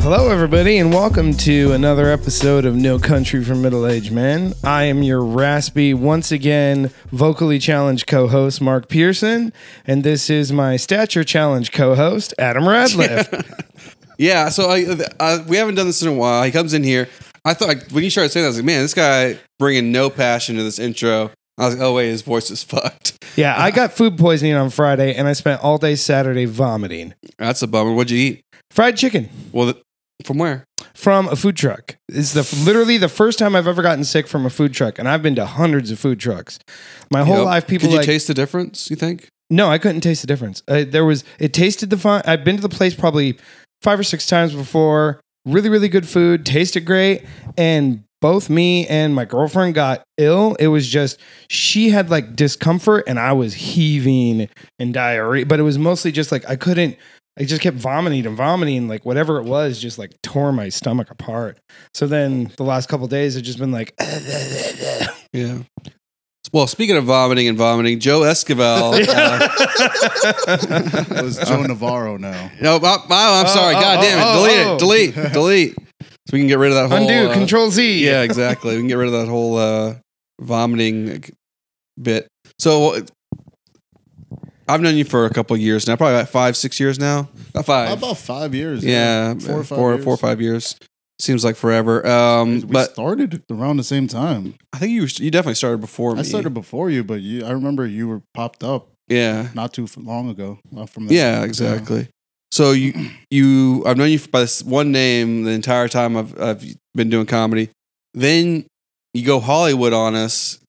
Hello, everybody, and welcome to another episode of No Country for Middle Aged Men. I am your raspy, once again, vocally challenged co host, Mark Pearson, and this is my stature challenge co host, Adam Radliff. Yeah, so I, I we haven't done this in a while. He comes in here. I thought when you started saying that, I was like, man, this guy bringing no passion to this intro. I was like, oh wait, his voice is fucked. yeah, I got food poisoning on Friday, and I spent all day Saturday vomiting. That's a bummer. What'd you eat? Fried chicken Well, th- from where? from a food truck. It's the literally the first time I've ever gotten sick from a food truck, and I've been to hundreds of food trucks. My whole Yep. life, people Could you like, taste the difference? You think? No, I couldn't taste the difference. Uh, there was it tasted the fine. I've been to the place probably five or six times before. Really, really good food, tasted great, and both me and my girlfriend got ill. It was just she had like discomfort, and I was heaving and diarrhea. But it was mostly just like I couldn't. I just kept vomiting and vomiting, like whatever it was, just like tore my stomach apart. So then the last couple days, I've just been like, Yeah. Well, speaking of vomiting and vomiting, Joe Esquivel. uh, It was Joe Navarro now. no, oh, oh, I'm Oh, sorry. oh, God oh, damn it! oh, oh. delete it. Delete. delete. So we can get rid of that whole undo, uh, control Z. yeah, exactly. We can get rid of that whole uh, vomiting like, bit. So uh, I've known you for a couple of years now, probably about five, six years now. About five. About five years. yeah, Four or five four, years. four or five years. Seems like forever. Um, We but started around the same time. I think you were- you definitely started before me. I started before you, but you, I remember you were popped up Yeah, not too f- long ago. uh, From that yeah, exactly. So you you I've known you by this one name the entire time I've I've been doing comedy. Then you go Hollywood on us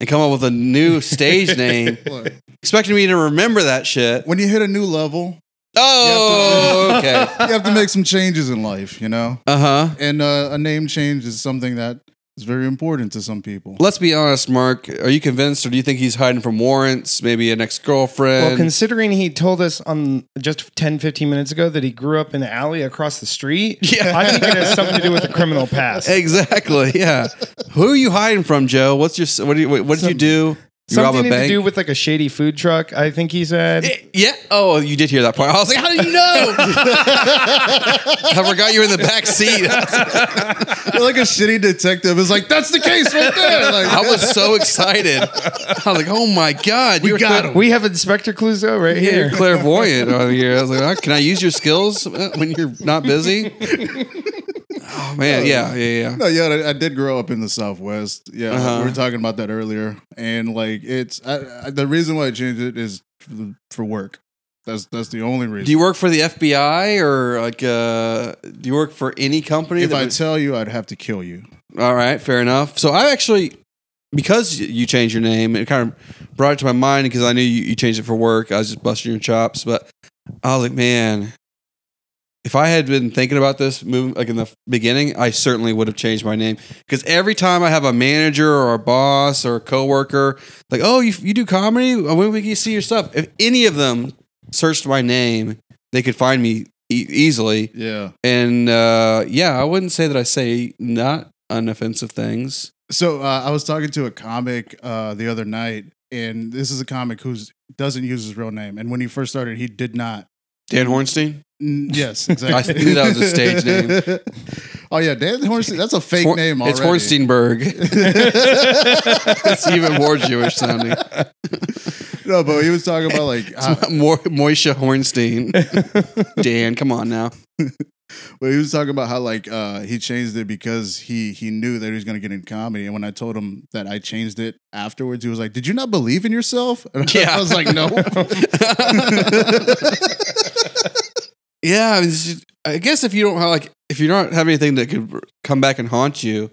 and come up with a new stage name. What? expecting me to remember that shit. When you hit a new level, Oh, You okay. you have to make some changes in life, you know. Uh huh. And uh, a name change is something that is very important to some people. Let's be honest, Mark. Are you convinced, or do you think he's hiding from warrants? Maybe an ex Well, girlfriend. considering he told us on just 10, 15 minutes ago that he grew up in the alley across the street, Yeah. I think it has something to do with the criminal past. exactly. Yeah. Who are you hiding from, Joe? What's your what? Do you, what did you do? You rob a something to bank? do with like a shady food truck, I think he said. Eh, yeah. Oh, you did hear that part. I was like, how do you know? I forgot you were in the back seat. You're like a shitty detective. It's like that's the case right there. Like, I was so excited. I was like, oh my god, we got we have Inspector Clouseau right Yeah, here. you're clairvoyant over here. I was like, "Oh, can I use your skills uh, when you're not busy? Oh man, yeah, yeah, yeah. No, yeah, I, I did grow up in the Southwest. Yeah, Uh-huh. we were talking about that earlier, and like it's I, I, the reason why I changed it is for- for work. That's that's the only reason. Do you work for the FBI or like? uh Do you work for any company? if that I would- tell you, I'd have to kill you. All right, fair enough. So I actually, because you changed your name, it kind of brought it to my mind because I knew you, you changed it for work. I was just busting your chops, but I was like, man, if I had been thinking about this move like in the beginning, I certainly would have changed my name because every time I have a manager or a boss or a coworker, like, oh, you you do comedy? Oh, When we can see your stuff? If any of them searched my name, they could find me e- easily. Yeah. And uh, yeah, I wouldn't say that I say not unoffensive things. So uh, I was talking to a comic uh, the other night, and this is a comic who doesn't use his real name. And when he first started, he did not. Dan Hornstein? Mm, Yes, exactly. knew that was a stage name. oh yeah, Dan Hornstein. That's a fake Hor- name. Already. It's Hornsteinberg. it's even more Jewish sounding. no, but he was talking about like how- It's Mo- Moisha Hornstein. Dan, come on now. Well, he was talking about how like uh, he changed it because he he knew that he was gonna get in comedy, and when I told him that I changed it afterwards, he was like, "Did you not believe in yourself?" And Yeah. I was like, "No." yeah, I, mean, it's just- I guess if you don't have, like, if you don't have anything that could come back and haunt you,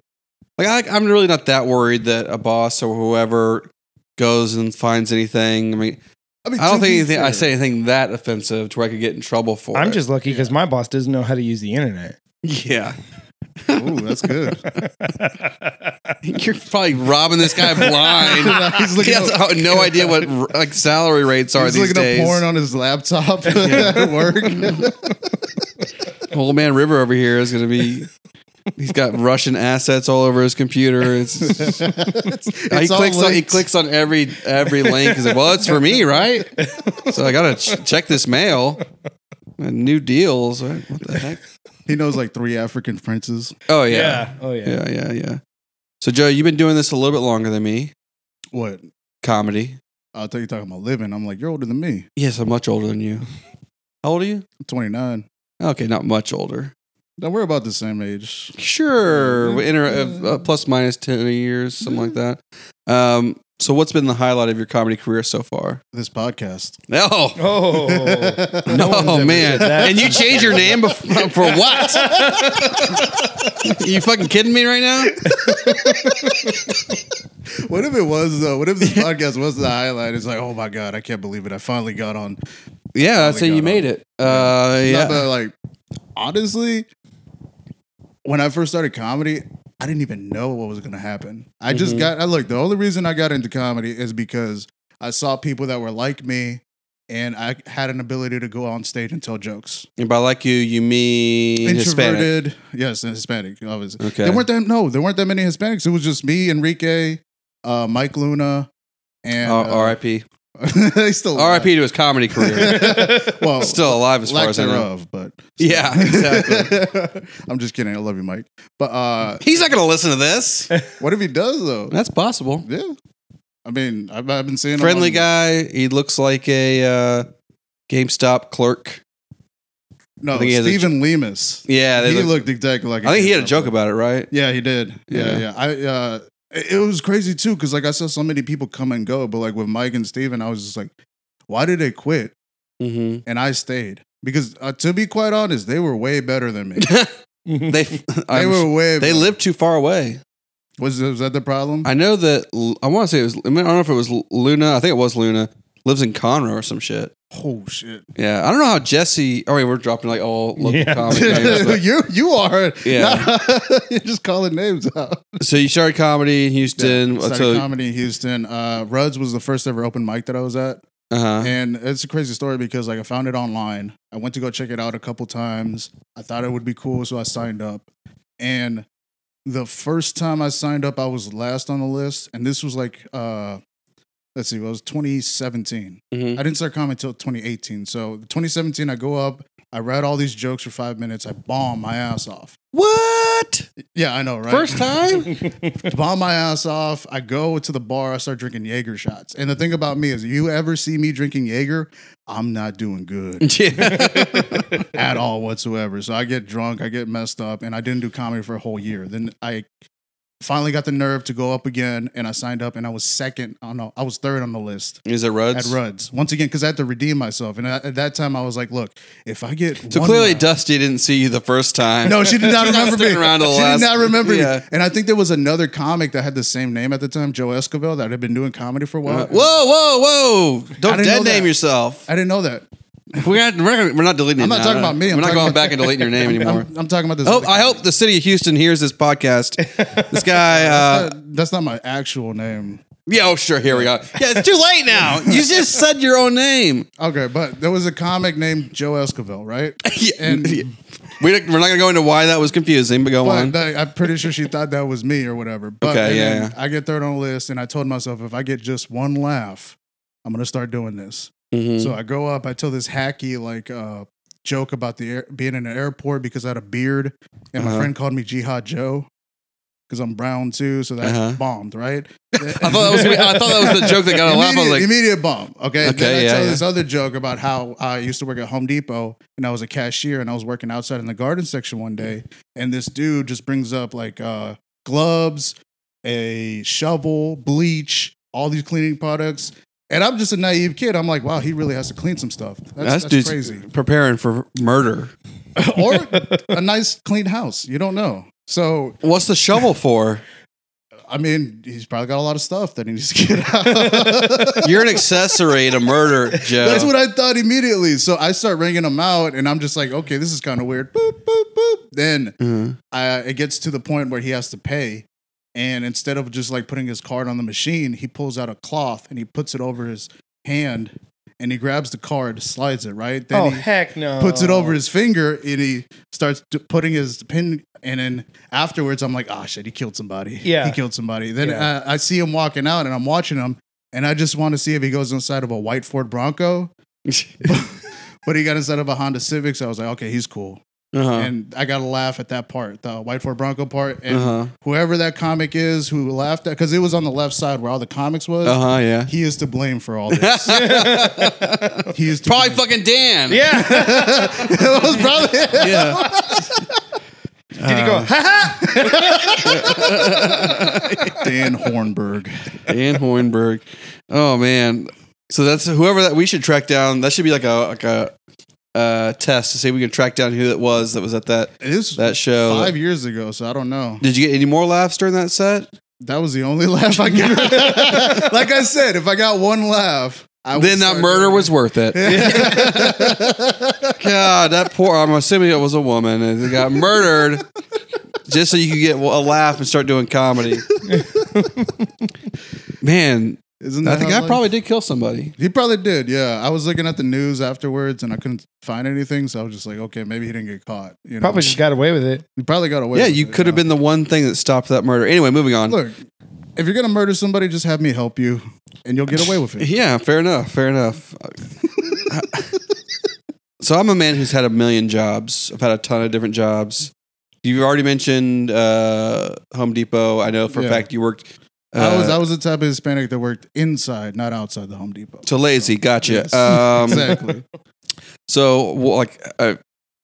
like I, I'm really not that worried that a boss or whoever goes and finds anything. I mean, mean, I to don't think be anything, I fair- say anything that offensive to where I could get in trouble for. I'm it. just lucky because my boss doesn't know how to use the internet. yeah. Ooh, that's good. You're probably robbing this guy blind. he's he looking has up, no idea what like salary rates are he's these looking days. up porn on his laptop at work. Old man River over here is gonna be. He's got Russian assets all over his computer. It's, It's- he it's all clicks on he linked. clicks on every every link. He's like, "Well, it's for me, right?" So I gotta ch- check this mail. And new deals. Right? What the heck? He knows like three African princes. Oh yeah. yeah. Oh yeah. yeah, yeah, yeah. So Joe, you've been doing this a little bit longer than me. What? Comedy. I thought you were talking about living. I'm like, you're older than me. Yes, I'm much older than you. How old are you? I'm 29. Okay, not much older. Now we're about the same age. Sure, we inter- uh, uh, plus minus ten years, something like that. Um, so, what's been the highlight of your comedy career so far? This podcast. No, Oh. no, one's ever man. said that. And you changed your name bef- for what? you fucking kidding me right now? What if it was though? What if this podcast was the highlight? It's like, oh my god, I can't believe it. I finally got on. Yeah, Oh I'd my say you God. made it. Uh, Yeah. yeah. like, honestly, when I first started comedy, I didn't even know what was gonna happen. I just Mhm. got. I look. The only reason I got into comedy is because I saw people that were like me, and I had an ability to go on stage and tell jokes. And by like you, you mean Hispanic. introverted. Yes, and Hispanic, obviously. Okay. There weren't that no, there weren't that many Hispanics. It was just me, Enrique, uh, Mike Luna, and Oh, uh, R.I.P. he's still alive. R.I.P. to his comedy career. Well, Still alive as lack far as I know. thereof, but Yeah, exactly. I'm just kidding. I love you, Mike. But uh, He's not going to listen to this. what if he does though? That's possible. Yeah, I mean, I've, I've been seeing him Friendly on- guy. He looks like a uh, GameStop clerk. I No, think he has a- Stephen Lemus. Yeah, He they look, looked exactly like. I think he had a GameStop joke about it, right? Yeah, he did. Yeah. Yeah, yeah. I uh it it was crazy too cuz like I saw so many people come and go, but like with Mike and Steven, I was just like why did they quit? Mm-hmm. And I stayed because uh, to be quite honest, they were way better than me. they They I'm- were way they better. lived too far away. was was that the problem? I know that L- I want to say it was. I, mean, I don't know if it was L- Luna. I think it was Luna. Lives in Conroe or some shit. oh shit. Yeah, I don't know how Jesse. Oh wait, we're dropping like all local Yeah. comedy. names, but- you you are Yeah. you're just calling names out. so you started comedy in Houston. Yeah, started uh, so comedy in Houston. Uh, Rudd's was the first ever open mic that I was at. uh-huh. And it's a crazy story because like I found it online. I went to go check it out a couple times. I thought it would be cool, so I signed up. And the first time I signed up, I was last on the list. And this was like uh let's see, it was 2017. Mhm. I didn't start comedy until 2018. So 2017, I go up, I read all these jokes for five minutes, I bomb my ass off. What Yeah, I know, right? first time? bomb my ass off. I go to the bar. I start drinking Jaeger shots. And the thing about me is, you ever see me drinking Jaeger, I'm not doing good yeah. at all whatsoever. So I get drunk. I get messed up, and I didn't do comedy for a whole year. Then I finally got the nerve to go up again, and I signed up, and I was second. I don't know. I was third on the list. Is it Rudd's? At Rudd's once again because I had to redeem myself, and I, at that time I was like, "Look, if I get So one clearly, round- Dusty didn't see you the first time. no, she did not She's not remember me. sticking around to the she last- did not remember Yeah. me. And I think there was another comic that had the same name at the time, Joe Escovel, that had been doing comedy for a while. Uh, whoa, whoa, whoa! Don't dead didn't know that. name yourself. I didn't know that. We're not, we're not- we're not deleting. it I'm not now. talking about me. I'm We're not talking going about- back and deleting your name anymore. I'm, I'm talking about this. Oh, other I comic. hope the city of Houston hears this podcast. This guy, uh, Uh, that's not my actual name. yeah, oh sure, here we go. Yeah, it's too late now. You just said your own name. Okay, but there was a comic named Joe Escovel, right? Yeah, And- yeah. we don't- we're not going to go into why that was confusing, but go on. But that- I'm pretty sure she thought that was me or whatever. But Okay, and yeah, then I get third on the list, and I told myself if I get just one laugh, I'm gonna start doing this. Mhm. So I go up, I tell this hacky like uh, joke about the air, being in an airport because I had a beard, and Uh-huh. my friend called me Jihad Joe because I'm brown too, so that Uh-huh. bombed, right? I thought that was I thought that was the joke that got a laugh. Oh, I was immediate, like, immediate bomb. Okay. Okay, Then I yeah, tell yeah. this other joke about how I used to work at Home Depot and I was a cashier and I was working outside in the garden section one day. And this dude just brings up like uh, gloves, a shovel, bleach, all these cleaning products. And I'm just a naive kid. I'm like, wow, he really has to clean some stuff. That's, that's, that's, dude's crazy. preparing for murder. or a nice clean house. You don't know. So, What's the shovel for? I mean, he's probably got a lot of stuff that he needs to get out. You're an accessory to murder, Joe. That's what I thought immediately. So I start ringing them out, and I'm just like, okay, this is kind of weird. Boop, boop, boop. Then Mhm. uh, it gets to the point where he has to pay. And instead of just like putting his card on the machine, he pulls out a cloth and he puts it over his hand and he grabs the card, slides it, right? Then oh he heck no! puts it over his finger and he starts t- putting his pin. And then afterwards, I'm like, ah, shit, he killed somebody. Yeah. He killed somebody. Then Yeah. uh, I see him walking out and I'm watching him. And I just want to see if he goes inside of a white Ford Bronco but he got inside of a Honda Civic, so I was like, okay, he's cool. Uh and I got to laugh at that part, the White Ford Bronco part, huh. and Uh huh. whoever that comic is who laughed at because it was on the left side where all the comics was. Uh huh. Yeah. He is to blame for all this. he is to Probably blame. fucking Dan. Yeah. That was probably Yeah. Did he go, ha ha? Dan Hornberg. Dan Hoiberg. Oh man. So that's whoever that we should track down. That should be like a like a uh, test to see if we can track down who it was that was at that It is that show. five years ago, so I don't know. Did you get any more laughs during that set? That was the only laugh I got. like I said, if I got one laugh, I would then that start murder doing was worth it. God, that poor. I'm assuming it was a woman and it got murdered just so you could get a laugh and start doing comedy. Man, it. Isn't I that think how I life- probably did kill somebody. He probably did, yeah. I was looking at the news afterwards and I couldn't find anything, so I was just like, okay, maybe he didn't get caught. You know? Probably just got away with it. he probably got away. yeah, with you it, could have know? been the one thing that stopped that murder. Anyway, moving on. Look, if you're gonna murder somebody, just have me help you, and you'll get away with it. Yeah, fair enough. Fair enough. so I'm a man who's had a million jobs. I've had a ton of different jobs. You've already mentioned uh, Home Depot. I know for a Yeah. fact you worked. Uh, I was I was the type of Hispanic that worked inside, not outside the Home Depot. so lazy. Gotcha. Yes. Um, exactly. So, wh- like, uh,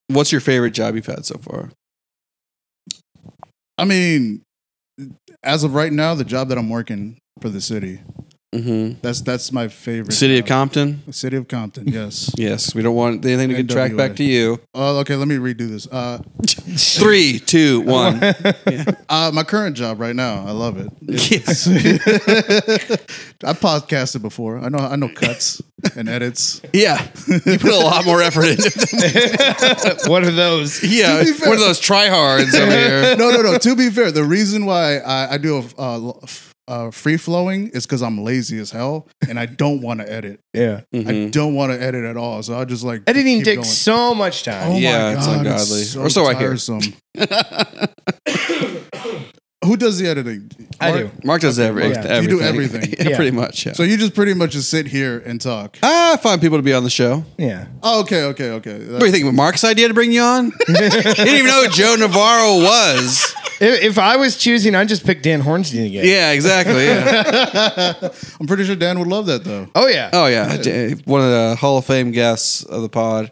what's your favorite job you've had so far? I mean, as of right now, the job that I'm working for the city. Mm-hmm. That's that's my favorite. City of job. Compton. City of Compton. Yes. Yes, we don't want anything to get tracked NWA. back to you. Oh, okay. Let me redo this. Uh, Three, two, one. uh, my current job right now. I love it. yes. I podcasted before. I know. I know cuts and edits. Yeah, you put a lot more effort into. it. what are those? yeah, To be fair- one of those tryhards over here. no, no, no. To be fair, the reason why I, I do a, uh, l- f- uh, free flowing is because I'm lazy as hell and I don't want to edit. Yeah. I don't want to edit at all. So I just like Editing keep takes going. so much time. Oh Yeah, my it's god, ungodly. It's so We're still right here. tiresome. Who does the editing? I Mark? do. Mark does every, Yeah. everything. You do everything. yeah, Yeah. pretty much. Yeah. Ah, So you just pretty much just sit here and talk. I find people to be on the show. Yeah. Oh, okay, okay, okay. What do you think? Mark's idea to bring you on? he didn't even know who Joe Navarro was. If, if I was choosing, I'd just pick Dan Hornstein again. Yeah, exactly. Yeah. I'm pretty sure Dan would love that though. Oh, yeah. Oh yeah, D- one of the Hall of Fame guests of the pod,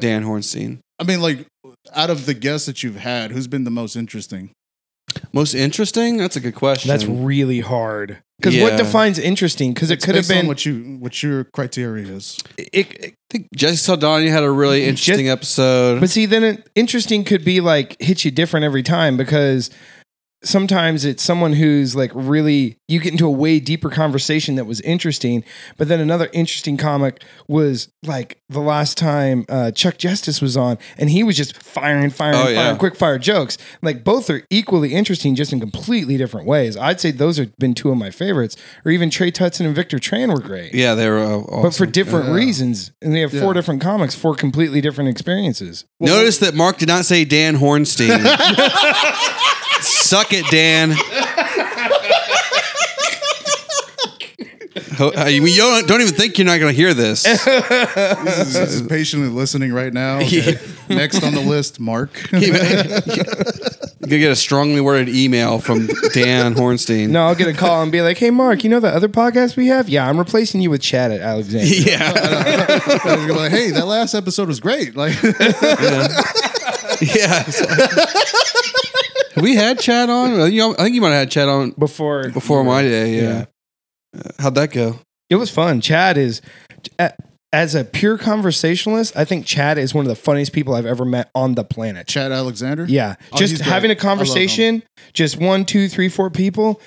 Dan Hornstein. I mean, like out of the guests that you've had, who's been the most interesting? Most interesting? That's a good question. That's really hard. Because what Yeah. defines interesting? Because it Mm. It's could have based on been. what you what your criteria is. it, it- I think Jesse Saldana had a really interesting episode. But see, then it, interesting could be like hit you different every time because sometimes it's someone who's like really you get into a way deeper conversation that was interesting, but then another interesting comic was like the last time uh, Chuck Justice was on, and he was just firing, firing, Oh, firing, yeah. quick fire jokes. Like both are equally interesting, just in completely different ways. I'd say those have been two of my favorites, or even Trey Tutson and Victor Tran were great. yeah, they were. uh, But for awesome. different reasons, and they have four Yeah. different comics, four completely different experiences. Notice that Mark did not say Dan Hornstein. Suck it, Dan. Ho- I mean, you don't, don't even think you're not going to hear this. This is- this is patiently listening right now. Okay. Next on the list, Mark. You're going to get a strongly worded email from Dan Hornstein. No, I'll get a call and be like, "Hey, Mark, you know that other podcast we have? Yeah, I'm replacing you with Chad at Alexander." Yeah. I was gonna be like, hey, that last episode was great. Like, yeah. Have we had Chad on? Uh, you know, I think you might have had Chad on Before, before my day. Yeah. Uh, How'd that go? it was fun. Chad is, a- as a pure conversationalist, I think Chad is one of the funniest people I've ever met on the planet. Chad Alexander. Yeah, Oh, just he's great. having I a love him. conversation, just one, two, three, four people.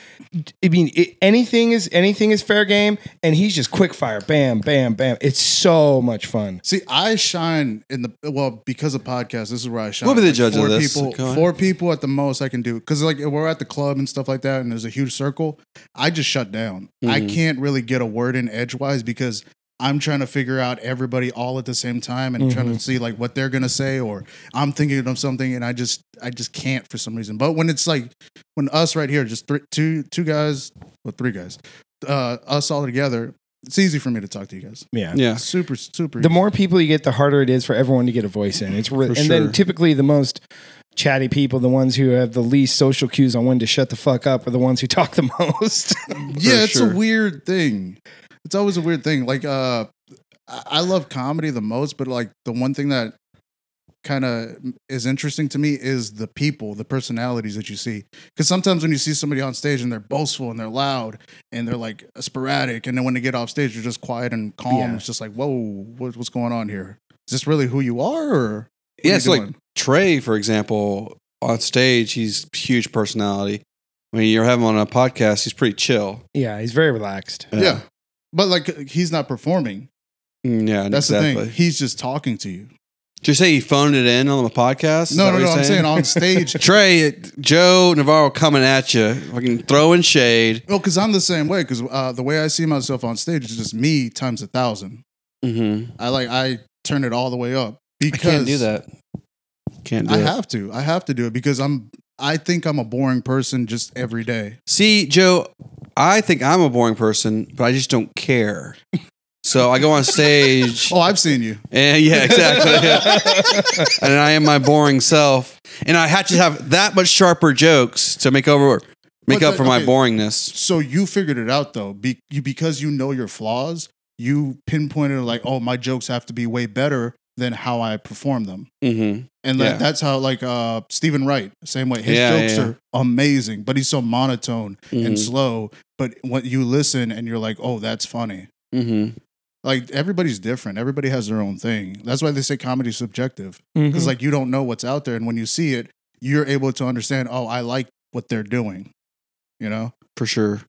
I mean, it, anything is anything is fair game, and he's just quick fire, bam, bam, bam. It's so much fun. See, I shine in the well because of podcasts. This is where I shine. We'll be the Like, judge of four this. Go People, on. four people at the most I can do because like we're at the club and stuff like that, and there's a huge circle. I just shut down. I Mhm. can't really get a word in edgewise because I'm trying to figure out everybody all at the same time and trying Mm-hmm. to see like what they're gonna say, or I'm thinking of something and I just I just can't for some reason. But when it's like when us right here, just three, two two guys, well three guys, uh, us all together, It's easy for me to talk to you guys. Yeah. Yeah. Super, super. The more people you get, the harder it is for everyone to get a voice in. It's re- For and then sure. typically the most chatty people, the ones who have the least social cues on when to shut the fuck up, are the ones who talk the most. yeah, it's sure. a weird thing. It's always a weird thing. Like, uh, I I love comedy the most, but like the one thing that kind of is interesting to me is the people, the personalities that you see. Because sometimes when you see somebody on stage and they're boastful and they're loud and they're like sporadic, and then when they get off stage, they're just quiet and calm. Yeah. It's just like, whoa, what, what's going on here? Is this really who you are? Or what Yeah, are you it's like doing? Trey, for example, on stage, he's huge personality. When you're having him on a podcast, he's pretty chill. yeah, he's very relaxed. yeah. But like he's not performing. Mm, Yeah, That's exactly. the thing. He's just talking to you. Did you say he phoned it in on the podcast? Is no, that no, what no. you're I'm saying on stage, Trey, Joe Navarro coming at you, fucking throwing shade. Well, because I'm the same way. Because uh, the way I see myself on stage is just me times a thousand. Mm-hmm. I like I turn it all the way up because that. Can't do I it. have to. I have to do it because I'm. I think I'm a boring person just every day. See, Joe, I think I'm a boring person, but I just don't care. So I go on stage, Oh, I've seen you. and Eh, yeah, exactly. and I am my boring self, and I have to have that much sharper jokes to make over, make But up the- for my okay. boringness. So you figured it out though, Be- you, because you know your flaws. You pinpointed like, oh, my jokes have to be way better than how I perform them. Mm-hmm. And like, Yeah. that's how like uh Stephen Wright, same way. His Yeah, jokes yeah. are amazing, but he's so monotone Mm-hmm. and Mm. slow. But when you listen and you're like, oh, that's funny. Mm-hmm. Like everybody's different. Everybody has their own thing. That's why they say comedy's subjective. Mm-hmm. Because Mm-hmm. like you don't know what's out there. And when you see it, you're able to understand, oh, I like what they're doing. You know? For sure.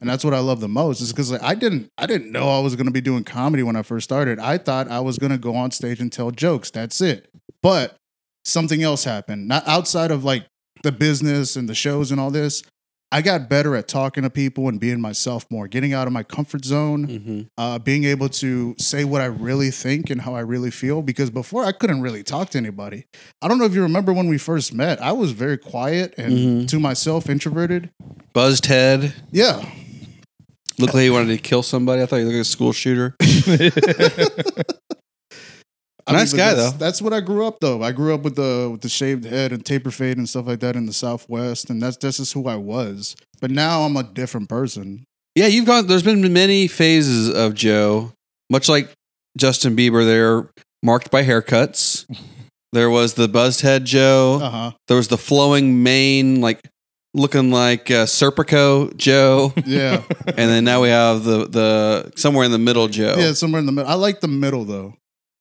And that's what I love the most is because like I didn't I didn't know I was gonna be doing comedy when I first started. I thought I was gonna go on stage and tell jokes. That's it. But something else happened. Not outside of like the business and the shows and all this. I got better at talking to people and being myself more, getting out of my comfort zone, Mm-hmm. uh, being able to say what I really think and how I really feel. Because before I couldn't really talk to anybody. I don't know if you remember when we first met. I was very quiet and Mhm. to myself, introverted. Buzzed head. Yeah, Looked like he wanted to kill somebody. I thought he looked like a school shooter. Nice but guy, that's, though. That's what I grew up though. I grew up with the with the shaved head and taper fade and stuff like that in the Southwest, and that's that's just who I was. But now I'm a different person. Yeah, you've gone. There's been many phases of Joe, much like Justin Bieber. They're marked by haircuts. There was the buzzed head Joe. Uh huh. There was the flowing mane, like looking like uh, Serpico Joe. Yeah. and then now we have the the somewhere in the middle Joe. yeah. Somewhere in the middle. I like the middle though.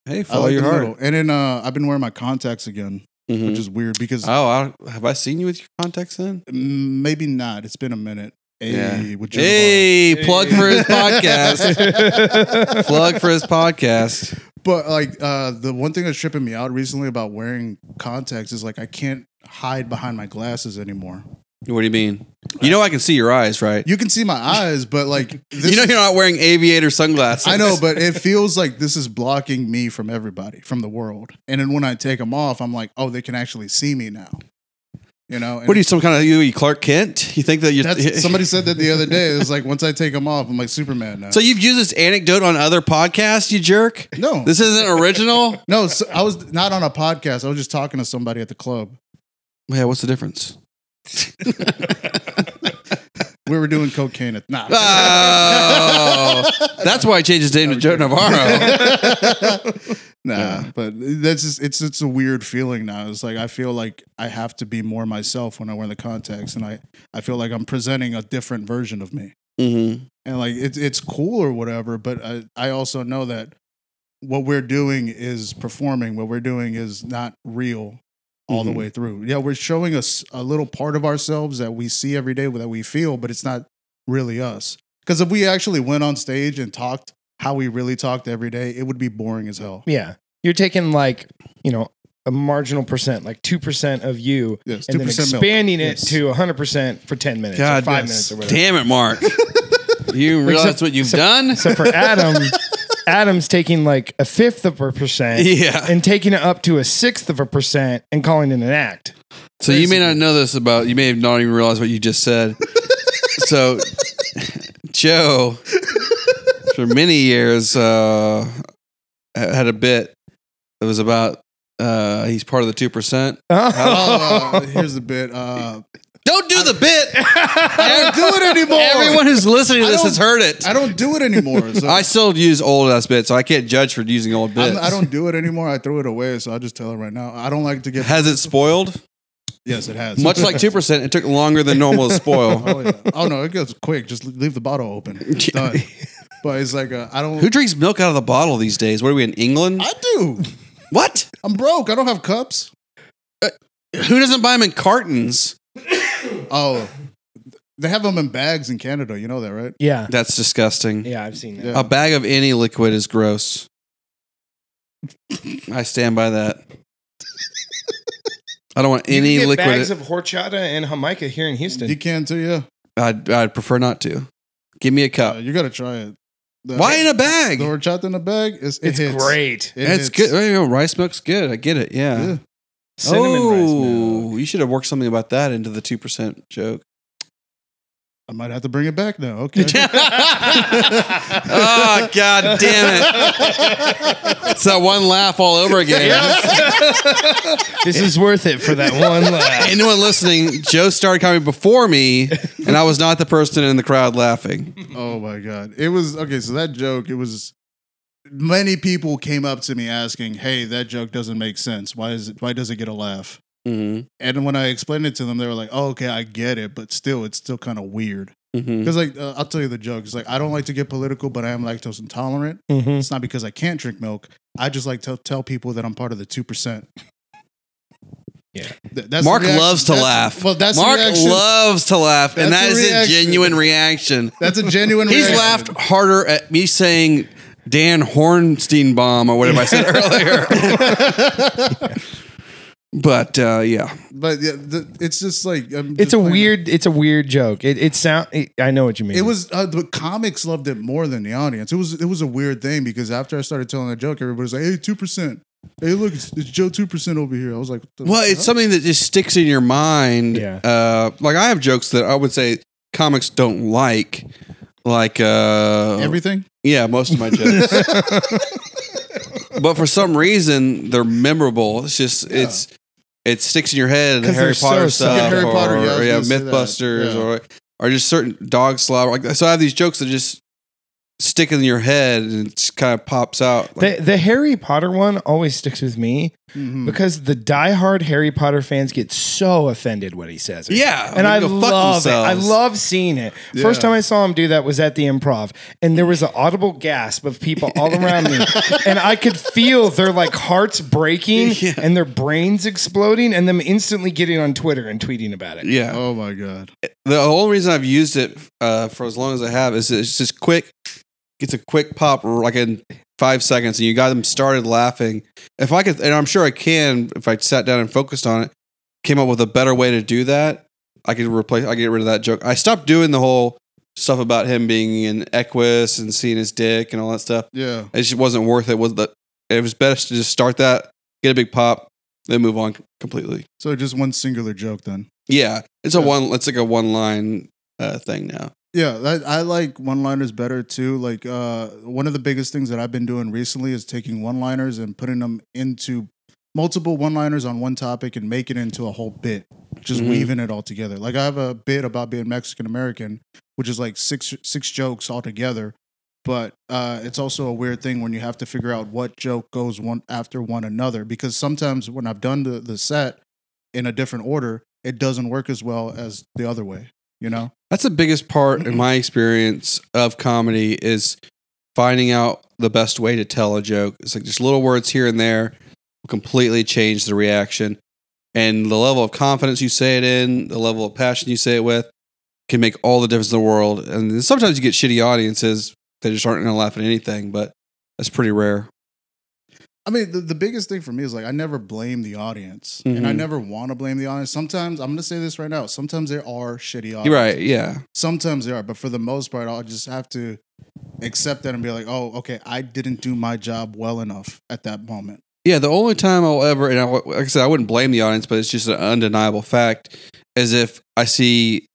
Hey, I Oh. follow like your the heart. middle. And then uh, I've been wearing my contacts again, Mhm. which is weird because Oh, I, have I seen you with your contacts in? mm, maybe not. It's been a minute. Hey, Yeah. with Joe Hey, plug for his podcast. podcast. plug for his podcast. But like uh, the one thing that's tripping me out recently about wearing contacts is like I can't hide behind my glasses anymore. What do you mean? You know I can see your eyes, right? You can see my eyes, but like this you know is- you're not wearing aviator sunglasses. I know, but it feels like this is blocking me from everybody, from the world. And then when I take them off, I'm like, oh, they can actually see me now. You know, and What are you, some kind of you, you Clark Kent? You think that you're That's, somebody said that the other day. It was like once I take them off, I'm like Superman now. So you've used this anecdote on other podcasts, you jerk. no, This isn't original. no, so I was not on a podcast. I was just talking to somebody at the club. yeah, what's the difference? We were doing cocaine at nah. Oh, that's why I changed his name to Joe Navarro. nah, but that's just it's it's a weird feeling now. It's like I feel like I have to be more myself when I wear the contacts, and I I feel like I'm presenting a different version of me, Mm-hmm. and like it's it's cool or whatever. But I I also know that what we're doing is performing. What we're doing is not real all Mhm. the way through. Yeah, we're showing us a little part of ourselves that we see every day that we feel, but it's not really us. Because if we actually went on stage and talked how we really talked every day, it would be boring as hell. yeah. You're taking like, you know, a marginal percent, like 2% of you, Yes, and two then percent milk. expanding it Yes. to 100% for 10 minutes or God, 5 yes. minutes or whatever. Damn it, Mark. You realize Except- what you've except- done? So for Adam, Adam's taking like a fifth of a percent Yeah. and taking it up to a sixth of a percent and calling it an act. So you may not know this about you may have not even realized what you just said. so Joe for many years uh, had a bit that was about uh, he's part of the two percent. Oh, uh, here's the bit. Uh, Don't do the bit. I don't do it anymore. Everyone who's listening to I this don't- has heard it. I don't do it anymore. So I still use old ass bits, so I can't judge for using old bits. I'm, I do not do it anymore. I threw it away. So I'll just tell her right now. I don't like to get. Has it spoiled? yes, it has. Much like two percent, it took longer than normal to spoil. oh, yeah. oh no, it goes quick. Just leave the bottle open. It's done. But it's like uh, I don't. Who drinks milk out of the bottle these days? What are we in England? I do. What? I'm broke. I don't have cups. Who doesn't buy them in cartons? Oh, they have them in bags in Canada. You know that, right? Yeah. That's disgusting. Yeah, I've seen that. Yeah. A bag of any liquid is gross. I stand by that. I don't want You any can get liquid. bags of horchata and jamaica here in Houston. You can too. Yeah, I'd, I'd prefer not to. Give me a Uh, cup. you gotta try it. The- Why in a bag? The horchata in a bag is it it's hits. great. It It's hits. good. Oh, you know, rice milk's good. I get it. Yeah. Yeah. Cinnamon rice. oh, you should have worked something about that into the two percent joke. I might have to bring it back now. Okay. oh god damn it! It's that one laugh all over again. This is worth it for that one laugh. Anyone listening? Joe started coming before me, and I was not the person in the crowd laughing. oh my god, it was okay. So that joke, it was. Many people came up to me asking, "Hey, that joke doesn't make sense. Why is it? Why does it get a laugh?" Mm-hmm. And when I explained it to them, they were like, "Oh, okay, I get it, but still, it's still kind of weird." Mm-hmm. Because like, uh, I'll tell you the joke. It's like I don't like to get political, but I am lactose intolerant. Mm-hmm. Mhm. It's not because I can't drink milk. I just like to tell people that I'm part of the two percent. Yeah. that's Mark the reaction- loves to that's- laugh. Well, that's Mark Mark. Reaction. loves to laugh, and That's that a is a reaction. genuine reaction. that's a genuine. He's reaction. laughed harder at me saying Dan Hornsteinbaum or whatever I said earlier. but uh, yeah, but yeah, the, it's just like I'm It's just a like- weird. It's a weird joke. It it sound. It, I know what you mean. It was uh, the comics loved it more than the audience. It was it was a weird thing because after I started telling the joke, everybody's like, "Hey, two percent. Hey, look, it's, it's Joe two percent over here." I was like, what the well, it's hell? something that just sticks in your mind. Yeah. Uh, like I have jokes that I would say comics don't like. Like uh, everything." Yeah, most of my jokes. but for some reason, they're memorable. It's just Yeah. it's it sticks in your head. The 'Cause Harry they're so Potter subtle. stuff, Yeah, Harry Potter, yeah, I or was yeah, gonna say that. MythBusters, Yeah. or or just certain dog slobber. Like so, I have these jokes that just stick in your head and it just kind of pops out. Like, the the Harry Potter one always sticks with me Oh. Mhm. because the diehard Harry Potter fans get so offended when he says it. yeah, And I they go fuck love it. I themselves. love seeing it. First Yeah. time I saw him do that was at the improv, and there was an audible gasp of people all around me. And I could feel their like hearts breaking Yeah. and their brains exploding, and them instantly getting on Twitter and tweeting about it. Yeah, Oh my god. the whole reason I've used it uh, for as long as I have is it's just quick, gets a quick pop like in five seconds, and you got them started laughing. If I could, and I'm sure I can, if I sat down and focused on it, came up with a better way to do that, I could replace, I could get rid of that joke. I stopped doing the whole stuff about him being in Equus and seeing his dick and all that stuff. Yeah. It just wasn't worth it. Was the it was best to just start that, get a big pop, then move on completely. So just one singular joke then. Yeah, it's a Yeah. one. It's like a one line uh, thing now. Yeah, that, I like one-liners better too. Like uh, one of the biggest things that I've been doing recently is taking one-liners and putting them into multiple one-liners on one topic and making it into a whole bit, just Mhm. weaving it all together. Like I have a bit about being Mexican American, which is like six six jokes all together. But uh, it's also a weird thing when you have to figure out what joke goes one after one another because sometimes when I've done the, the set in a different order, it doesn't work as well as the other way. You know. That's the biggest part in my experience of comedy is finding out the best way to tell a joke. It's like just little words here and there will completely change the reaction. And the level of confidence you say it in, the level of passion you say it with can make all the difference in the world. And then sometimes you get shitty audiences that just aren't going to laugh at anything, but that's pretty rare. I mean, the, the biggest thing for me is like I never blame the audience, and I Mhm. never want to blame the audience. Sometimes I'm gonna say this right now. Sometimes there are shitty audience. You're right. Yeah. Sometimes there are, but for the most part, I'll just have to accept that and be like, oh, okay, I didn't do my job well enough at that moment. Yeah, the only time I'll ever, and I, like I said, I wouldn't blame the audience, but it's just an undeniable fact, is if I see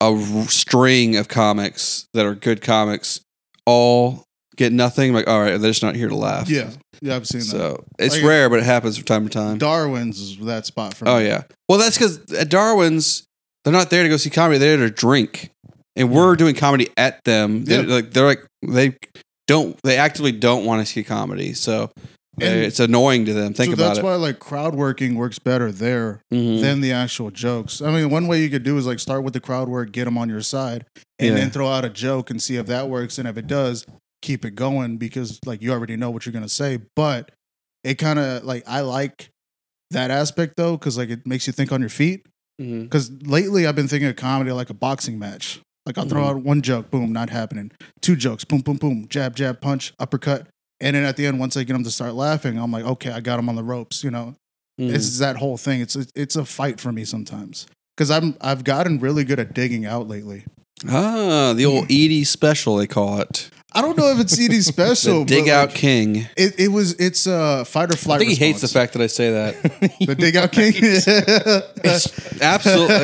a r- string of comics that are good comics all get nothing. I'm like, all right, they're just not here to laugh. Yeah, yeah, I've seen that. So it's Like- rare, but it happens from time to time. Darwin's is that spot for me. Oh yeah. Well, that's because at Darwin's, they're not there to go see comedy; they're there to drink, and we're doing comedy at them. They're, Yeah. Like they're like they don't they actively don't want to see comedy, so And- it's annoying to them. Think so about that's it. why like crowd working works better there Mhm. than the actual jokes. I mean, one way you could do is like start with the crowd work, get them on your side, and Yeah. then throw out a joke and see if that works. And if it does, keep it going because like you already know what you're gonna say. But it kind of like I like that aspect though because like it makes you think on your feet. Mhm. Because lately I've been thinking of comedy like a boxing match. Like I'll throw Mhm. out one joke, boom, not happening. Two jokes, boom, boom, boom, jab, jab, punch, uppercut. And then at the end, once I get them to start laughing, I'm like, okay, I got them on the ropes. You know, Mhm. it's that whole thing. It's a, it's a fight for me sometimes because I'm I've gotten really good at digging out lately. Ah, the old Edie special they call it. I don't know if it's CD The special. but, Dig Out like, King. It, it was it's a fight or I flight. think he hates the response. fact that I say that. the dig out king. it's absolutely.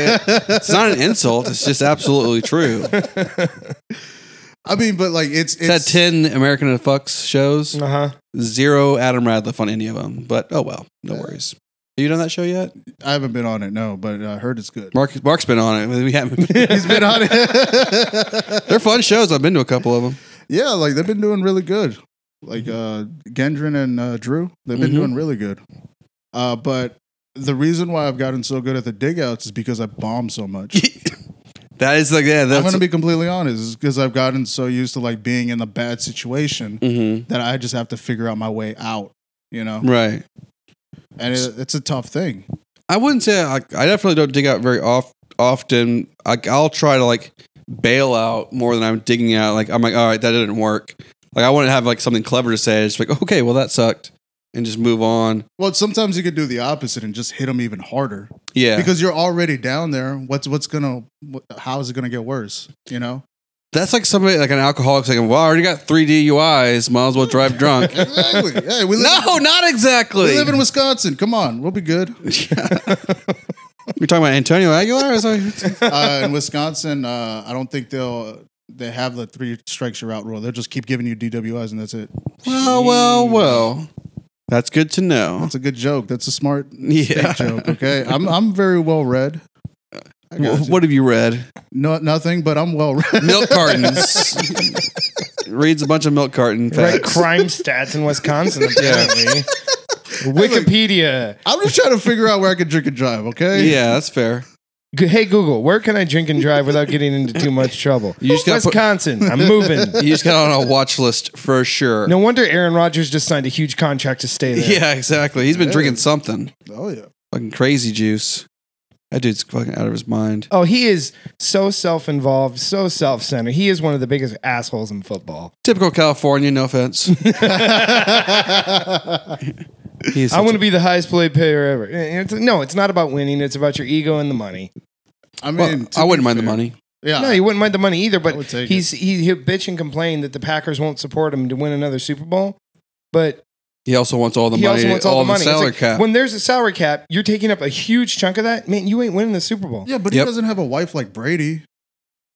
It's not an insult. It's just absolutely true. It's, I mean, but like it's it's had ten American and Fucks shows. Uh huh. Zero Adam Radcliffe on any of them, but oh well, no worries. Have you done that show yet? I haven't been on it no, but I heard it's good. Mark, Mark's been on it. We haven't. He's been on it. They're fun shows. I've been to a couple of them. yeah, like they've been doing really good. Like uh Gendron and uh, Drew, they've been Mhm. doing really good. Uh but the reason why I've gotten so good at the dig outs is because I bomb so much. That is like yeah. I'm That's, gonna be completely honest, is because I've gotten so used to like being in the bad situation Mhm. that I just have to figure out my way out, you know? right. And it, it's a tough thing. I wouldn't say I, I definitely don't dig out very off, often. I, I'll try to like bail out more than I'm digging out. Like I'm like, all right, that didn't work. Like I want to have like something clever to say. It's like okay, well that sucked, and just move on. Well, sometimes you could do the opposite and just hit them even harder Yeah, because you're already down there. What's what's gonna what, how is it gonna get worse? You know, that's like somebody like an alcoholic's like, well, I already got three DUIs. Might as well drive drunk. exactly. Hey, we live, no, not exactly. we live in Wisconsin. Come on, we'll be good. You're talking about Antonio Aguilar? Is that- Uh, in Wisconsin, uh, I don't think they'll they have the three strikes you're out rule. They'll just keep giving you DWIs and that's it. well, well, well. That's good to know. That's a good joke. That's a smart Yeah. joke. Okay, I'm I'm very well read. I got Wh- you. What have you read? No, nothing, but I'm well read. Milk cartons. Reads a bunch of milk carton Right. facts. Crime stats in Wisconsin, apparently. Wikipedia. I'm just trying to figure out where I can drink and drive. Okay. Yeah, that's fair. G- Hey Google, where can I drink and drive without getting into too much trouble? You just gotta put- Wisconsin. I'm moving. You just got on a watch list for sure. No wonder Aaron Rodgers just signed a huge contract to stay there. Yeah, exactly. He's been Yeah. drinking something. Oh yeah. Fucking crazy juice. That dude's fucking out of his mind. Oh, he is so self-involved, so self-centered. He is one of the biggest assholes in football. Typical California, no offense. He's I want to be the highest paid player ever. Eh, it's- no, it's not about winning. It's about your ego and the money. I mean, to I be wouldn't mind the fair- money. Yeah. No, you wouldn't mind the money either. But I would take he's he he'll bitch and complain that the Packers won't support him to win another Super Bowl. But He also wants all the he money. also wants all, the money. It's salary like, cap. When there's a salary cap, you're taking up a huge chunk of that. Man, you ain't winning the Super Bowl. yeah, but Yep. he doesn't have a wife like Brady.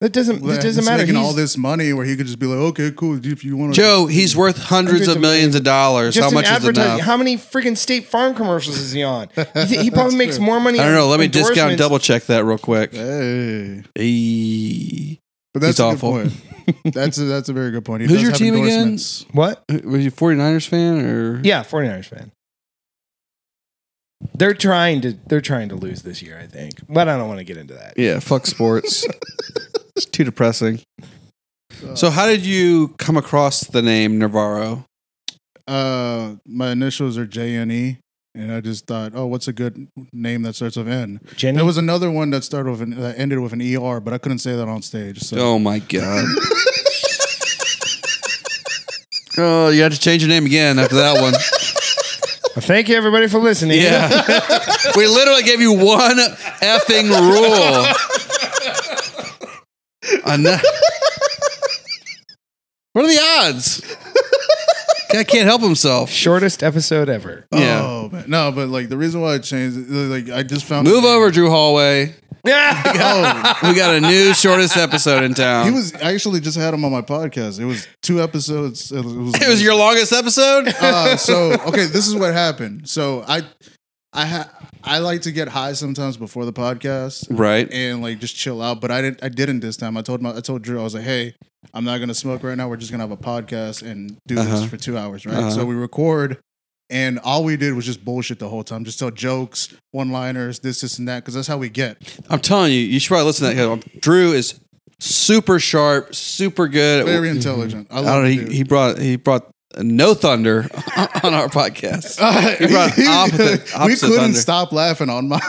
That doesn't. That doesn't He's matter. Making He's, all this money, where he could just be like, "Okay, cool. If you want to, Joe, he's worth hundreds, Hundreds of of millions of dollars. just How in much is advertising. enough? How many freaking State Farm commercials is he on? He- He probably makes true. more money. I don't know. on Let me discount endorsements. double check that real quick. Hey, Hey. but that's He's a awful. good point. That's a, that's a very good point. He Who's does your have team again? endorsements. What? Were you a 49ers fan or? Yeah, 49ers fan. They're trying to. They're trying to lose this year, I think. But I don't want to get into that. Yeah, fuck sports. it's too depressing. So, how did you come across the name Navarro? Uh, my initials are J N E, and I just thought, oh, what's a good name that starts with N? Jenny. There was another one that started with an, that ended with an E R, but I couldn't say that on stage. So. Oh my God. oh, you had to change your name again after that one. Well, thank you everybody for listening. Yeah. we literally gave you one effing rule. Enough. What are the odds? Guy can't help himself. Shortest episode ever. Yeah. Oh, man. no, but like the reason why I changed, it, like I just found Oh, Move over, Drew Hallway. Yeah. We got a new shortest episode in town. He was I actually just had him on my podcast. It was two episodes. It was, it was your longest episode. uh, so okay, this is what happened. So I, I ha- I like to get high sometimes before the podcast Right. and like just chill out. But I didn't. I didn't this time. I told my, I told Drew. I was like, hey, I'm not gonna smoke right now. We're just gonna have a podcast and do Uh-huh. this for two hours, right? Uh-huh. So we record. And all we did was just bullshit the whole time, just tell jokes, one-liners, this, this, and that, because that's how we get. I'm telling you, you should probably listen to that. 'cause Drew is super sharp, super good. Very intelligent. I Mm-hmm. I love don't know. it. He, he brought he brought no thunder on our podcast. He brought opposite- we opposite couldn't thunder. Uh-huh. stop laughing on my.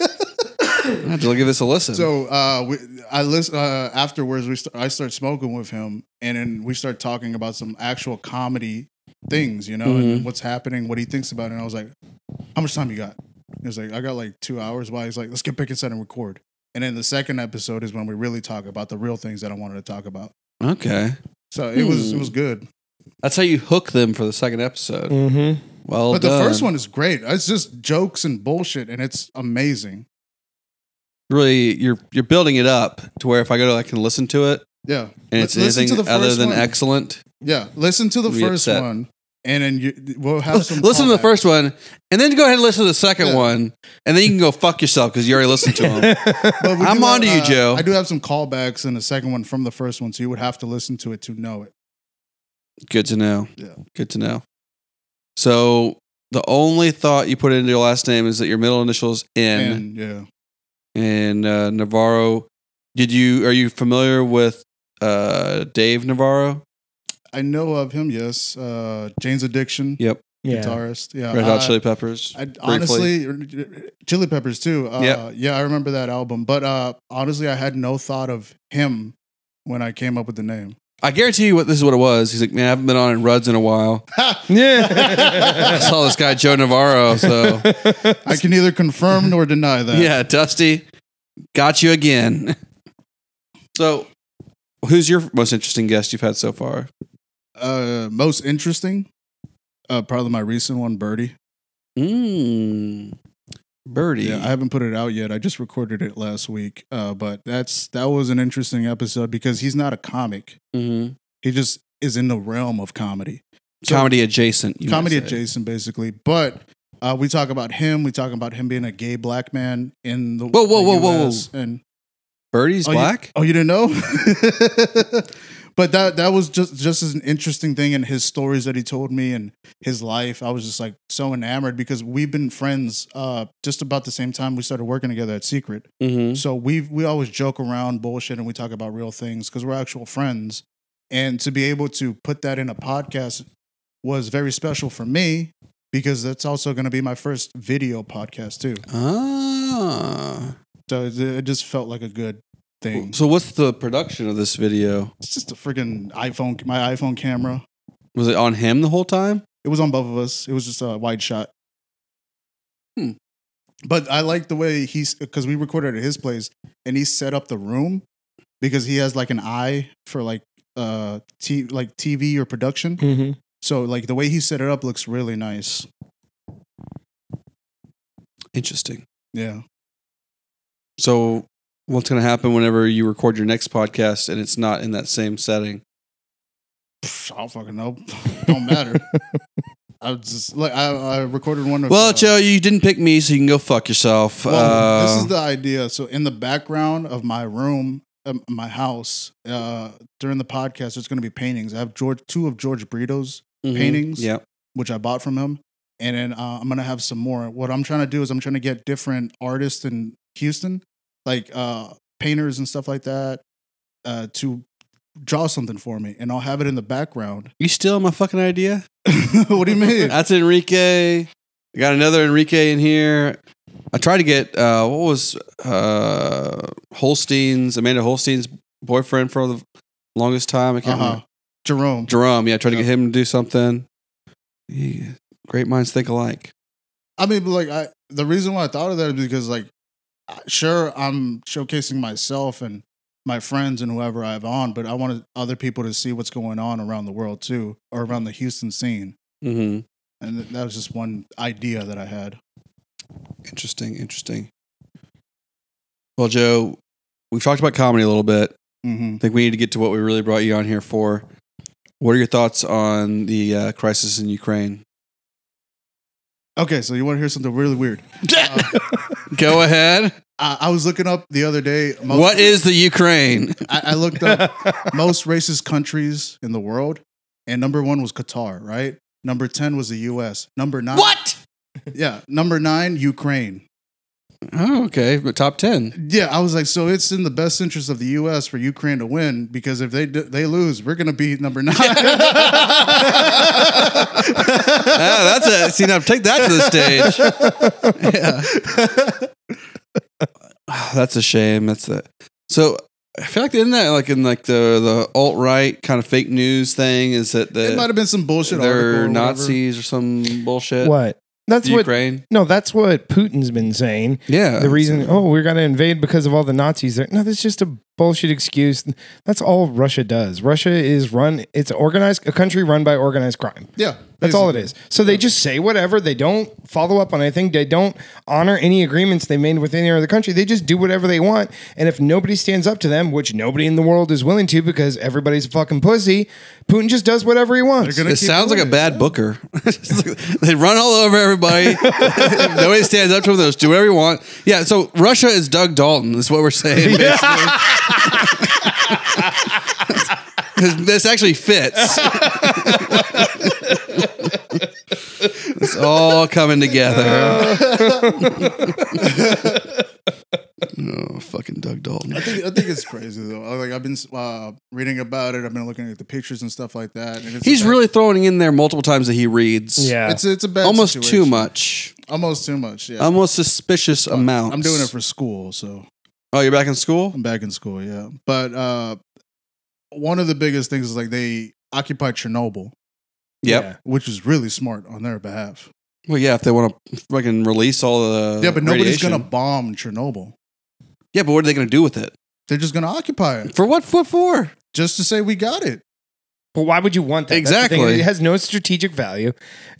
I have to give this a listen. So uh, we, I listen uh, afterwards. We st- I start smoking with him, and then we start talking about some actual comedy things, you know, Mm-hmm. and what's happening, what he thinks about. it. And I was like, "How much time you got?" He was like, "I got like two hours." Why? He's like, "Let's get pick and set and record." And then the second episode is when we really talk about the real things that I wanted to talk about. okay, So it was Hmm. it was good, that's how you hook them for the second episode. mm-hmm. Well, but done. the first one is great. It's just jokes and bullshit, and it's amazing. really you're you're building it up to where if I go to I can listen to it Yeah, and Li- it's listen to anything the other first than one. excellent. yeah. Listen to the Be first upset. one, and then you we'll have some. listen to the callbacks. first one, and then go ahead and listen to the second Yeah. one, and then you can go fuck yourself because you already listened to them. But we I'm do onto you, uh, Joe. I do have some callbacks in the second one from the first one, so you would have to listen to it to know it. Good to know. Yeah. Good to know. So the only thought you put into your last name is that your middle initials N And yeah, and uh, Navarro. Did you are you familiar with uh, Dave Navarro? I know of him. Yes, uh, Jane's Addiction, Yep. Yeah. guitarist. Yeah, Red I- Hot Chili Peppers. I, honestly, Chili Peppers too. Uh, Yep. Yeah, I remember that album. But uh, honestly, I had no thought of him when I came up with the name. I guarantee you what this is what it was. He's like, man, I haven't been on in Ruds in a while. I Yeah. saw this guy Joe Navarro, so I can neither confirm nor deny that. Yeah, Dusty, got you again. So, who's your most interesting guest you've had so far? Uh, most interesting, uh, probably my recent one, Birdie. Mm, Birdie. Yeah, I haven't put it out yet. I just recorded it last week. Uh, but that's that was an interesting episode because he's not a comic. Mhm. He just is in the realm of comedy, So- Comedy adjacent. you might comedy say. adjacent, basically. But uh, we talk about him. We talk about him being a gay black man in the Whoa, whoa, the whoa, whoa, US, and Birdie's oh, you- black. oh, you didn't know. But that that was just just as an interesting thing, and his stories that he told me and his life. I was just like so enamored because we've been friends uh, just about the same time we started working together at Secret. Mhm. So we we always joke around bullshit and we talk about real things because we're actual friends. And to be able to put that in a podcast was very special for me because that's also going to be my first video podcast too. Ah. So it, it just felt like a good thing. So, what's the production of this video? It's just a freaking iPhone, my iPhone camera. Was it on him the whole time? It was on both of us. It was just a wide shot. Hmm. But I like the way he's because we recorded at his place and he set up the room because he has like an eye for like uh t- like TV or production. mm-hmm. So like the way he set it up looks really nice. Interesting. Yeah. So, what's going to happen whenever you record your next podcast and it's not in that same setting? Pff, I don't fucking know. don't matter. I was just like I, I recorded one of Well, uh, Joe, you didn't pick me, so you can go fuck yourself. Well, this Uh, is the idea. So in the background of my room, um, my house, uh, during the podcast, there's going to be paintings. I have George, two of George Burritos, Mhm. paintings. Yeah. which I bought from him, and then uh, I'm going to have some more. What I'm trying to do is I'm trying to get different artists in Houston, like uh, painters and stuff like that, uh, to draw something for me, and I'll have it in the background. You stealing my fucking idea? what do you mean? That's Enrique. I got another Enrique in here. I tried to get uh, what was uh, Holstein's Amanda Holstein's boyfriend for the longest time. I can't Uh-huh. remember. Jerome. Jerome. Yeah, I tried to get Yeah. him to do something. He, great minds think alike. I mean, but like, I the reason why I thought of that is because, like, I- sure, I'm showcasing myself and my friends and whoever I have on, but I wanted other people to see what's going on around the world too, or around the Houston scene. Mm-hmm. And th- that was just one idea that I had. Interesting. Interesting. Well, Joe, we've talked about comedy a little bit. Mm-hmm. I think we need to get to what we really brought you on here for. What are your thoughts on the uh, crisis in Ukraine? Okay, so you want to hear something really weird? Go ahead. I, I was looking up the other day. Most, What is the Ukraine? I, I looked up most racist countries in the world, and number one was Qatar, right? Number ten was the U.S. Number nine, What? Yeah, number nine, Ukraine. Oh, okay. But top 10. Yeah, I was like, so it's in the best interest of the U.S. for Ukraine to win because if they d- they lose, we're gonna be number nine. Ah, that's a see now take that to the stage. yeah. Ah, that's a shame. That's the so I feel like in that like in like the the alt right kind of fake news thing is that it might the, have been some bullshit. article or they're whatever. Nazis or some bullshit. what? That's The what. Ukraine. No, that's what Putin's been saying. Uh, Yeah. the reason, oh, we're going to invade because of all the Nazis there. No, that's just a bullshit excuse. That's all Russia does. Russia is run, it's organized, a country run by organized crime. Yeah, That's all it is. So they just say whatever. They don't follow up on anything. They don't honor any agreements they made with any other country. They just do whatever they want. And if nobody stands up to them, which nobody in the world is willing to because everybody's a fucking pussy, Putin just does whatever he wants. They're gonna It keep sounds like a doing it. bad booker. It's like they run all over everybody. Nobody stands up to them. They just do whatever you want. Yeah. So Russia is Doug Dalton. Is what we're saying. basically. this actually fits. it's all coming together. oh, fucking Doug Dalton. I think, I think it's crazy though. Like I've been uh, reading about it. I've been looking at the pictures and stuff like that. And it's He's a bad- really throwing in there multiple times that he reads. yeah. It's it's a bad Almost situation. too much. Almost too much. Yeah. Almost suspicious amount. I'm doing it for school, so Oh, you're back in school? I'm back in school. Yeah, but uh, one of the biggest things is like they occupied Chernobyl, Yep. which was really smart on their behalf. Well, yeah, if they want to fucking release all the yeah, but nobody's radiation. gonna bomb Chernobyl. Yeah, but what are they gonna do with it? They're just gonna occupy it For what? What for? just to say we got it. But why would you want that? That's the thing. Exactly. It has no strategic value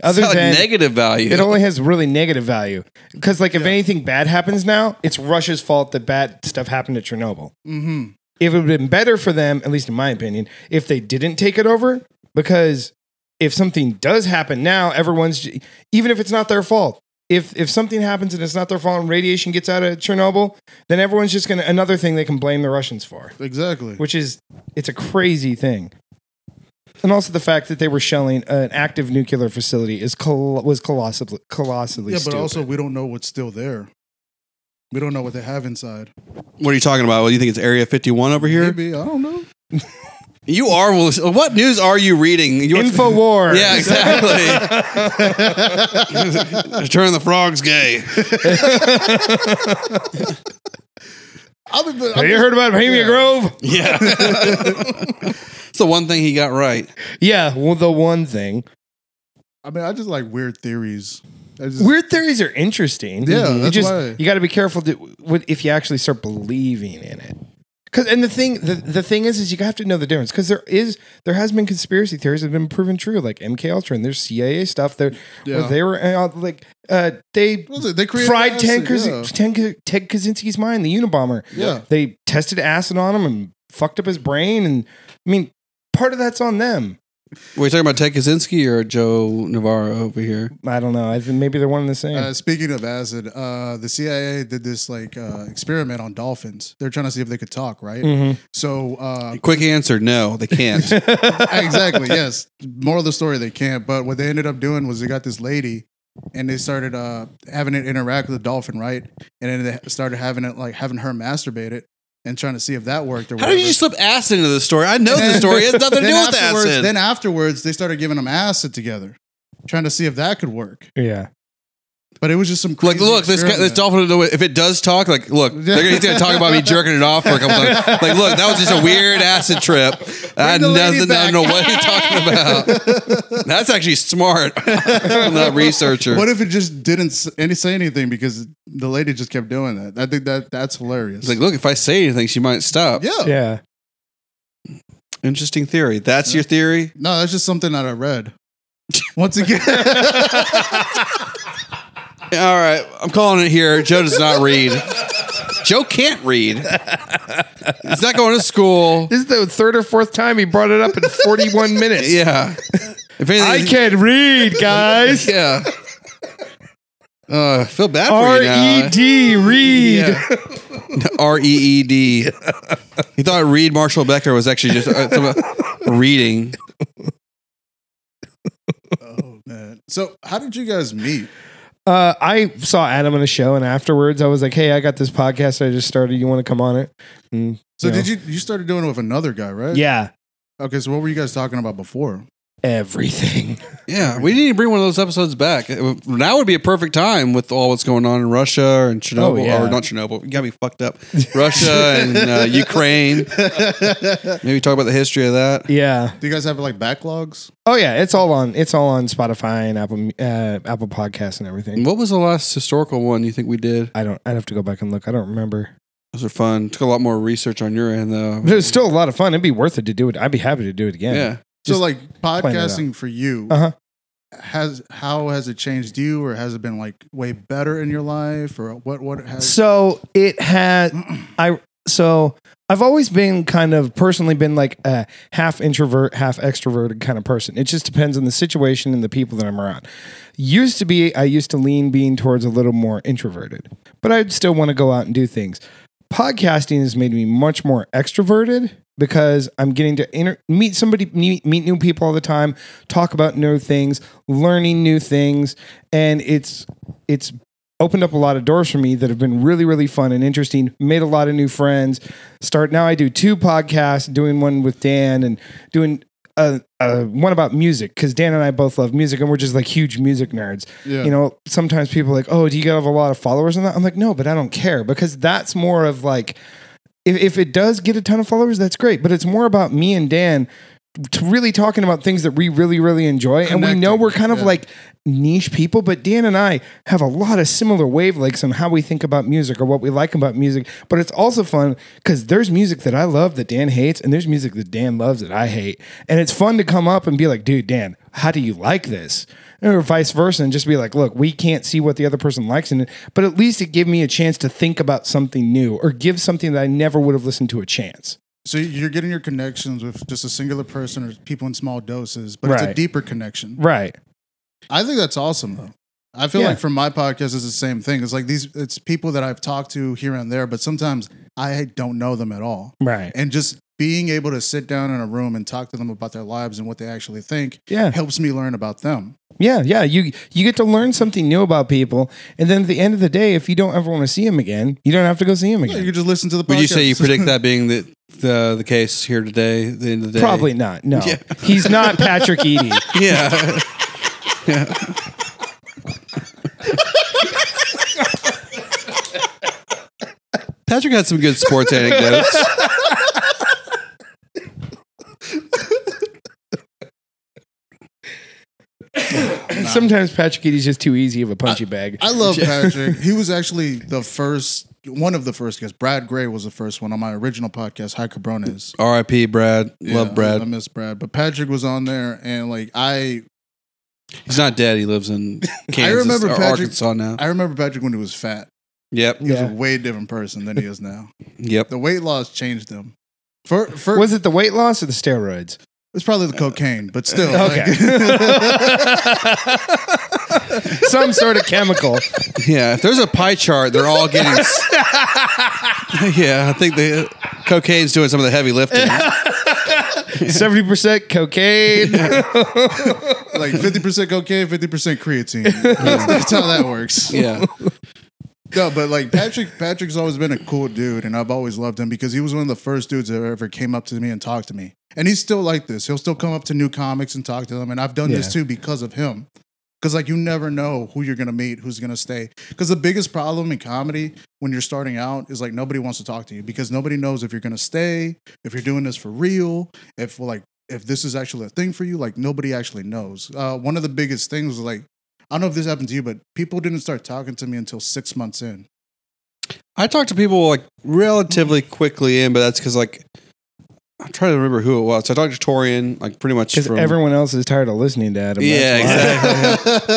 other it's got than negative value. It only has really negative value because, like, if anything bad happens now, it's Russia's fault that bad stuff happened at Chernobyl. Mm-hmm. It would have been better for them, at least in my opinion, if they didn't take it over because if something does happen now, everyone's even if it's not their fault. If if something happens and it's not their fault and radiation gets out of Chernobyl, then everyone's just gonna another thing they can blame the Russians for, Exactly. which is it's a crazy thing. And also the fact that they were shelling an active nuclear facility is col- was colossally colossally yeah, but stupid. also we don't know what's still there. We don't know what they have inside. what are you talking about? Well, you think it's Area 51 over here? Maybe I don't know. You are. well, What news are you reading? You Infowars. Yeah, exactly. Turn the frogs gay. I've been, Have you heard about Bohemia Grove? Yeah. it's the one thing he got right. Yeah, well, the one thing. I mean, I just like weird theories. I just, Weird theories are interesting. Yeah, you that's just why. you got to be careful to, what, if you actually start believing in it. Cause, and the thing, the, the thing is, is you have to know the difference because there is, there has been conspiracy theories that have been proven true, like MK Ultra and there's CIA stuff there. where Yeah. they were uh, like, uh, they What was it? They created fried acid, Ted, Kaczynski- yeah. Ted Ka- Ted Kaczynski's mind, the Unabomber. Yeah. They tested acid on him and fucked up his brain. And I mean, part of that's on them. Were you talking about Ted Kaczynski or Joe Navarro over here? I don't know. I think maybe they're one and the same. Uh, speaking of acid, uh, the CIA did this like uh, experiment on dolphins. They're trying to see if they could talk, right? Mhm. So uh, Quick answer: No, they can't. Mm-hmm. exactly, yes. Moral of the story, they can't. But what they ended up doing was they got this lady, and they started uh, having it interact with the dolphin, right? And then they started having it like having her masturbate it and trying to see if that worked or How whatever. did you slip acid into the story? I know the Then- story. It has nothing to then do with afterwards- acid. Then afterwards, they started giving them acid together, trying to see if that could work. yeah. But it was just some Like, crazy look, this guy, this experiment. dolphin. If it does talk, like, look, they're gonna, he's gonna talk about me jerking it off for a couple times. Like, look, that was just a weird acid trip. I, had the lady nothing, I don't know what you're talking about. That's actually smart. I'm not a researcher. What if it just didn't s- any say anything because the lady just kept doing that? I think that that's hilarious. it's like, look, if I say anything, she might stop. yeah. Yeah. Interesting theory. That's your theory. no, that's just something that I read. Once again, All right, I'm calling it here. Joe does not read. Joe can't read. He's not going to school. This is the third or fourth time he brought it up in 41 minutes. Yeah. If anything, I can read, guys. Yeah. Uh, I feel bad for R you now. E D read. Yeah. R E E D. He thought Reed Marshall Becker was actually just uh, some, uh, reading. Oh man. So how did you guys meet? Uh, I saw Adam on a show, and afterwards, I was like, "Hey, I got this podcast I just started. You want to come on it?" And, So know. did you you started doing it with another guy, right? Yeah, Okay, so what were you guys talking about before? everything. Yeah, we need to bring one of those episodes back. It would- Now would be a perfect time with all what's going on in Russia and Chernobyl, yeah. or not Chernobyl. You got me fucked up. Russia and uh, Ukraine. Maybe talk about the history of that. Yeah. Do you guys have like backlogs? Oh yeah, it's all on. It's all on Spotify and Apple uh, Apple Podcasts and everything. What was the last historical one you think we did? I don't. I'd have to go back and look. I don't remember. Those are fun. Took a lot more research on your end though. But it was still a lot of fun. It'd be worth it to do it. I'd be happy to do it again. yeah. So Just like it out. podcasting for you Uh-huh. has how has it changed you or has it been like way better in your life or what what has So it had I so I've always been kind of personally been like a half introvert, half extroverted kind of person. It just depends on the situation and the people that I'm around. Used to be I used to lean being towards a little more introverted, but I'd still want to go out and do things. Podcasting has made me much more extroverted because I'm getting to inter- meet somebody, meet, meet new people all the time, talk about new things, learning new things, and it's it's opened up a lot of doors for me that have been really really fun and interesting made a lot of new friends start now i do two podcasts doing one with dan and doing uh, uh, one about music because dan and i both love music and we're just like huge music nerds Yeah. you know sometimes people are like oh do you have a lot of followers on that i'm like no but i don't care because that's more of like if, if it does get a ton of followers that's great but it's more about me and dan t- really talking about things that we really really enjoy and we know Connecting, we're kind of yeah. like like niche people, but Dan and I have a lot of similar wavelengths on how we think about music or what we like about music. But it's also fun because there's music that I love that Dan hates, and there's music that Dan loves that I hate. And it's fun to come up and be like, dude, Dan, how do you like this? Or vice versa, and just be like, look, we can't see what the other person likes in it, but at least it gave me a chance to think about something new or give something that I never would have listened to a chance. so you're getting your connections with just a singular person or people in small doses, but it's a Right. deeper connection. Right. I think that's awesome though. I feel Yeah. like for my podcast it's the same thing. It's like these it's people that I've talked to here and there, but sometimes I don't know them at all. Right. And just being able to sit down in a room and talk to them about their lives and what they actually think Yeah. helps me learn about them. Yeah, yeah. You you get to learn something new about people, and then at the end of the day, if you don't ever want to see him again, you don't have to go see him Yeah, you again. can just listen to the podcast. Would you say you predict that being the the, the case here today? The end of the day. Probably not. No, Yeah. he's not Patrick Eady. Yeah. Patrick had some good sports anecdotes. Sometimes Patrick Eady's just too easy of a punchy bag. I love Patrick. he was actually the first, one of the first guests. Brad Gray was the first one on my original podcast, High Cabrones. R.I.P. Brad. Yeah, Love I Brad. miss Brad. But Patrick was on there, and like I, He's not dead. He lives in Kansas remember or Patrick- Arkansas now. I remember Patrick when he was fat. Yep. He was Yeah. a way different person than he is now. Yep. The weight loss changed him. For, for Was it the weight loss or the steroids? it's probably the cocaine, but still. Okay, some sort of chemical. Yeah. If there's a pie chart, they're all getting. yeah. I think the cocaine's doing some of the heavy lifting. Seventy percent cocaine. like fifty percent cocaine, fifty percent creatine. That's, that's how that works. Yeah. No, but like Patrick, Patrick's always been a cool dude, and I've always loved him because he was one of the first dudes that ever came up to me and talked to me. And he's still like this. He'll still come up to new comics and talk to them. And I've done this Yeah. too because of him. Because like you never know who you're gonna meet, who's gonna stay. Because the biggest problem in comedy when you're starting out is like nobody wants to talk to you because nobody knows if you're gonna stay, if you're doing this for real, if like if this is actually a thing for you. Like nobody actually knows. Uh, one of the biggest things was like I don't know if this happened to you, but people didn't start talking to me until six months in. I talk to people like relatively quickly in, but that's because like I'm trying to remember who it was. So I talked to Torian, like pretty much Because from everyone else is tired of listening to Adam. Yeah, That's why. exactly.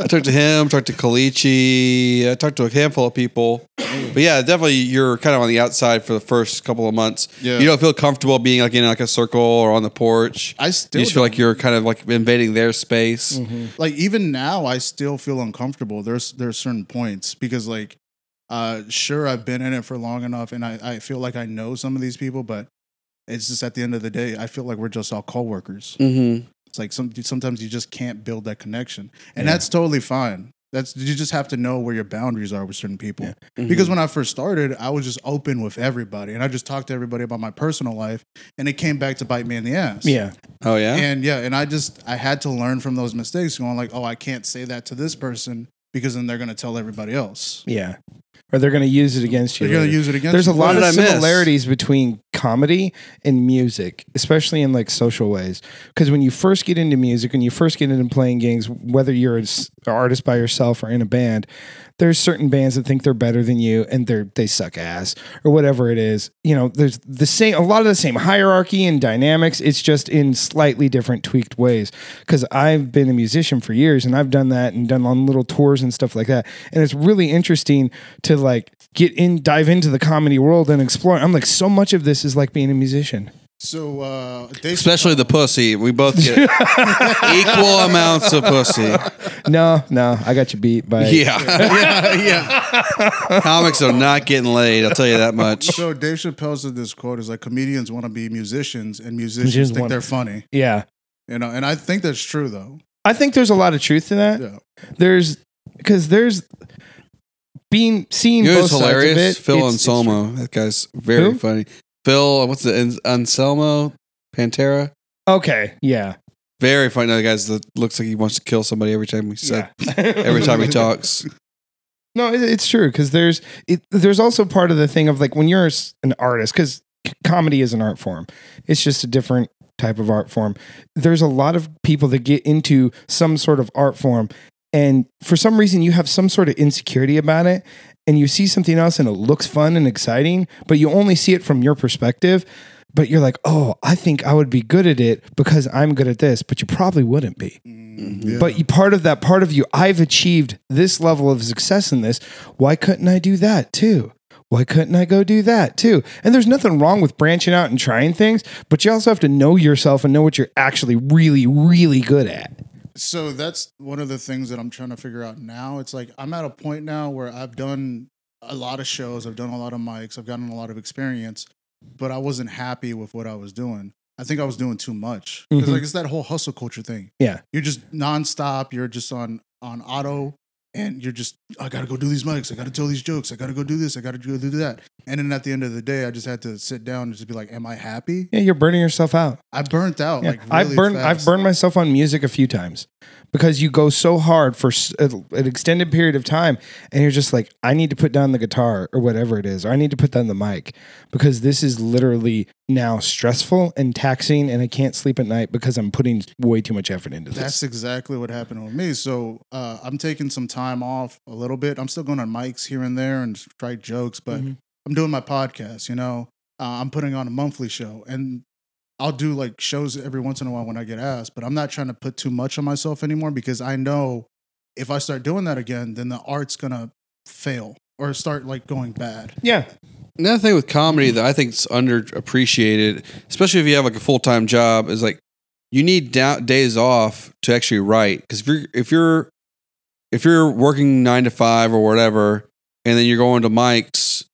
I talked to him, talked to Kalichi, I talked to a handful of people. But yeah, definitely you're kind of on the outside for the first couple of months. Yeah. You don't feel comfortable being like in like a circle or on the porch. I you still just feel don't. Mm-hmm. like you're kind of like invading their space. like even now I still feel uncomfortable. There's there's certain points because like uh sure I've been in it for long enough and I, I feel like I know some of these people, but it's just at the end of the day, I feel like we're just all coworkers. Mm-hmm. It's like some sometimes you just can't build that connection. And that's totally fine. That's you just have to know where your boundaries are with certain people. Mm-hmm. Because when I first started, I was just open with everybody and I just talked to everybody about my personal life and it came back to bite me in the ass. Yeah. oh yeah, And yeah, and I just I had to learn from those mistakes, going like, oh, I can't say that to this person because then they're gonna tell everybody else. Yeah. Or they're going to use it against you. They're gonna later. use it against. There's a you. lot did I of miss? similarities between comedy and music, especially in like social ways. Because when you first get into music, when you first get into playing gigs, whether you're an artist by yourself or in a band, there's certain bands that think they're better than you and they're they suck ass or whatever it is. You know, there's the same a lot of the same hierarchy and dynamics. It's just in slightly different tweaked ways. Because I've been a musician for years and I've done that and done on little tours and stuff like that. And it's really interesting to like get in dive into the comedy world and explore. I'm like, so much of this is like being a musician. So uh, they especially the pussy. We both get equal amounts of pussy. No, no, I got you beat by Uh, Yeah, yeah, yeah. comics are not getting laid. I'll tell you that much. So Dave Chappelle said this quote is like comedians want to be musicians and musicians Musicians think wanna- they're funny. yeah. You know, and I think that's true though. I think there's a lot of truth to that. Yeah. There's because there's being seeing You know both who's hilarious? sides of it. Phil it's- it's Anselmo. true. that guy's very Who? funny. Phil, uh, what's the An- Anselmo Pantera? Okay, yeah, Very funny. That guy's that looks like he wants to kill somebody every time we say, yeah. every time he talks. no, it, it's true because there's it, there's also part of the thing of like when you're s- an artist because comedy is an art form. It's just a different type of art form. There's a lot of people that get into some sort of art form, and for some reason you have some sort of insecurity about it, and you see something else and it looks fun and exciting, but you only see it from your perspective. But you're like, oh, I think I would be good at it because I'm good at this, but you probably wouldn't be. Yeah. But you, part of that, part of you, I've achieved this level of success in this. Why couldn't I do that too? Why couldn't I go do that too? And there's nothing wrong with branching out and trying things, but you also have to know yourself and know what you're actually really, really good at. so that's one of the things that I'm trying to figure out now. It's like I'm at a point now where I've done a lot of shows, I've done a lot of mics, I've gotten a lot of experience, but I wasn't happy with what I was doing. I think I was doing too much. Because Mhm. like it's that whole hustle culture thing. Yeah. You're just nonstop, you're just on on auto and you're just I gotta go do these mics, I gotta tell these jokes, I gotta go do this, I gotta go do that. And then at the end of the day, I just had to sit down and just be like, Am I happy? Yeah, you're burning yourself out. I burnt out. Yeah. Like really I've burned, fast. I've burned myself on music a few times because you go so hard for s- an extended period of time, and you're just like, I need to put down the guitar or whatever it is, or I need to put down the mic because this is literally now stressful and taxing, and I can't sleep at night because I'm putting way too much effort into this. That's exactly what happened with me. So uh, I'm taking some time off a little bit. I'm still going on mics here and there and try jokes, but Mhm. I'm doing my podcast. You know, uh, I'm putting on a monthly show, and I'll do like shows every once in a while when I get asked. But I'm not trying to put too much on myself anymore because I know if I start doing that again, then the art's gonna fail or start like going bad. yeah, Another thing with comedy that I think is underappreciated, especially if you have like a full time job, is like you need down, days off to actually write. Because if you're if you're if you're working nine to five or whatever, and then you're going to mics,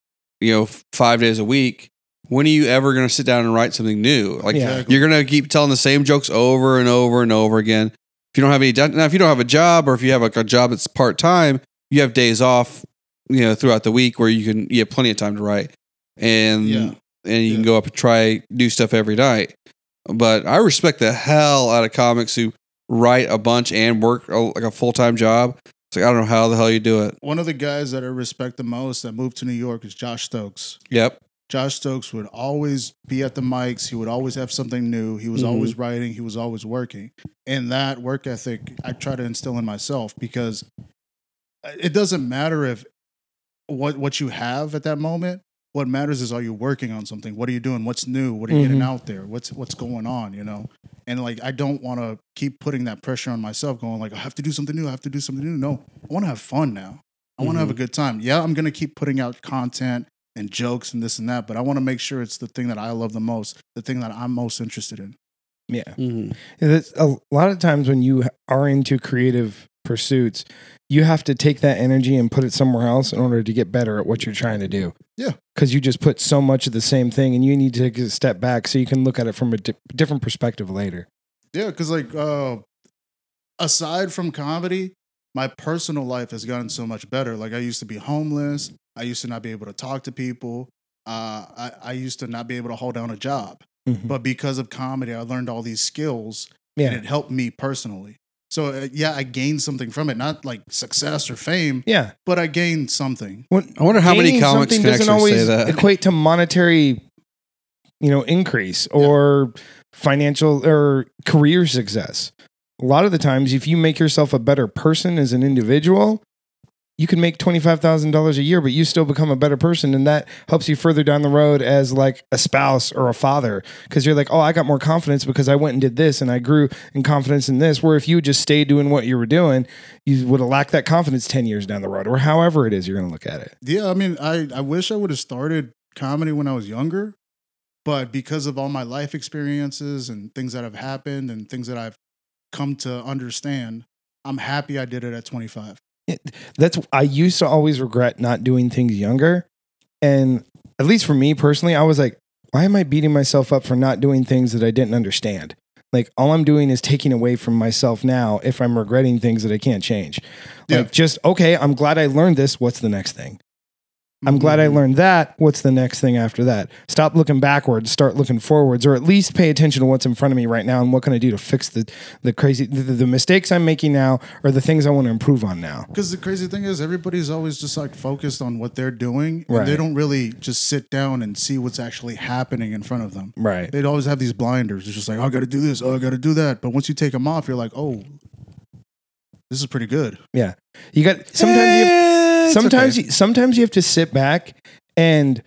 you know, f- five days a week, when are you ever going to sit down and write something new? Like Yeah. you're going to keep telling the same jokes over and over and over again. If you don't have any done- now, if you don't have a job or if you have like a job that's part time, you have days off, you know, throughout the week where you can you have plenty of time to write, and Yeah. and you can Yeah. go up and try new stuff every night. But I respect the hell out of comics who write a bunch and work a, like a full time job. It's like I don't know how the hell you do it. One of the guys that I respect the most that moved to New York is Josh Stokes. Yep. Josh Stokes would always be at the mics. He would always have something new. He was Mhm. always writing. He was always working. And that work ethic, I try to instill in myself uh, because it doesn't matter if what what you have at that moment. What matters is are you working on something? What are you doing? What's new? What are you getting out there? What's what's going on? You know, and like I don't want to keep putting that pressure on myself, going like I have to do something new. I have to do something new. No, I want to have fun now. I want to have a good time. Yeah, I'm gonna keep putting out content and jokes and this and that, but I want to make sure it's the thing that I love the most, the thing that I'm most interested in. Yeah. And it's- a lot of times when you are into creative pursuits, you have to take that energy and put it somewhere else in order to get better at what you're trying to do. Yeah. Because you just put so much of the same thing and you need to take a step back so you can look at it from a di- different perspective later. Yeah, because like uh aside from comedy, my personal life has gotten so much better. Like I used to be homeless. I used to not be able to talk to people. Uh, I, I used to not be able to hold down a job. But because of comedy, I learned all these skills and yeah. it helped me personally. So uh, yeah, I gained something from it. Not like success or fame, Yeah. but I gained something. When, I wonder how many gaining comics something can actually doesn't always say that. equate to monetary, you know, increase or financial or career success. A lot of the times, if you make yourself a better person as an individual, you can make twenty five thousand dollars a year, but you still become a better person, and that helps you further down the road as like a spouse or a father, because you're like, oh, I got more confidence because I went and did this, and I grew in confidence in this. Where if you just stayed doing what you were doing, you would have lacked that confidence ten years down the road, or however it is you're going to look at it. Yeah, I mean, I, I wish I would have started comedy when I was younger, but because of all my life experiences and things that have happened and things that I've come to understand, I'm happy I did it at 25. that's I used to always regret not doing things younger. And at least for me personally, I was like, why am I beating myself up for not doing things that I didn't understand? Like all I'm doing is taking away from myself now if I'm regretting things that I can't change. Yeah. Like just okay, I'm glad I learned this, what's the next thing? I'm glad I learned that. What's the next thing after that? Stop looking backwards, start looking forwards, or at least pay attention to what's in front of me right now and what can I do to fix the the crazy the, the mistakes I'm making now or the things I want to improve on now. Because the crazy thing is, everybody's always just like focused on what they're doing, and Right. they don't really just sit down and see what's actually happening in front of them. Right. They'd always have these blinders. It's just like, oh, I got to do this. Oh, I got to do that. But once you take them off, you're like, oh, this is pretty good. Yeah. You got sometimes Eh, you sometimes you, sometimes you have to sit back and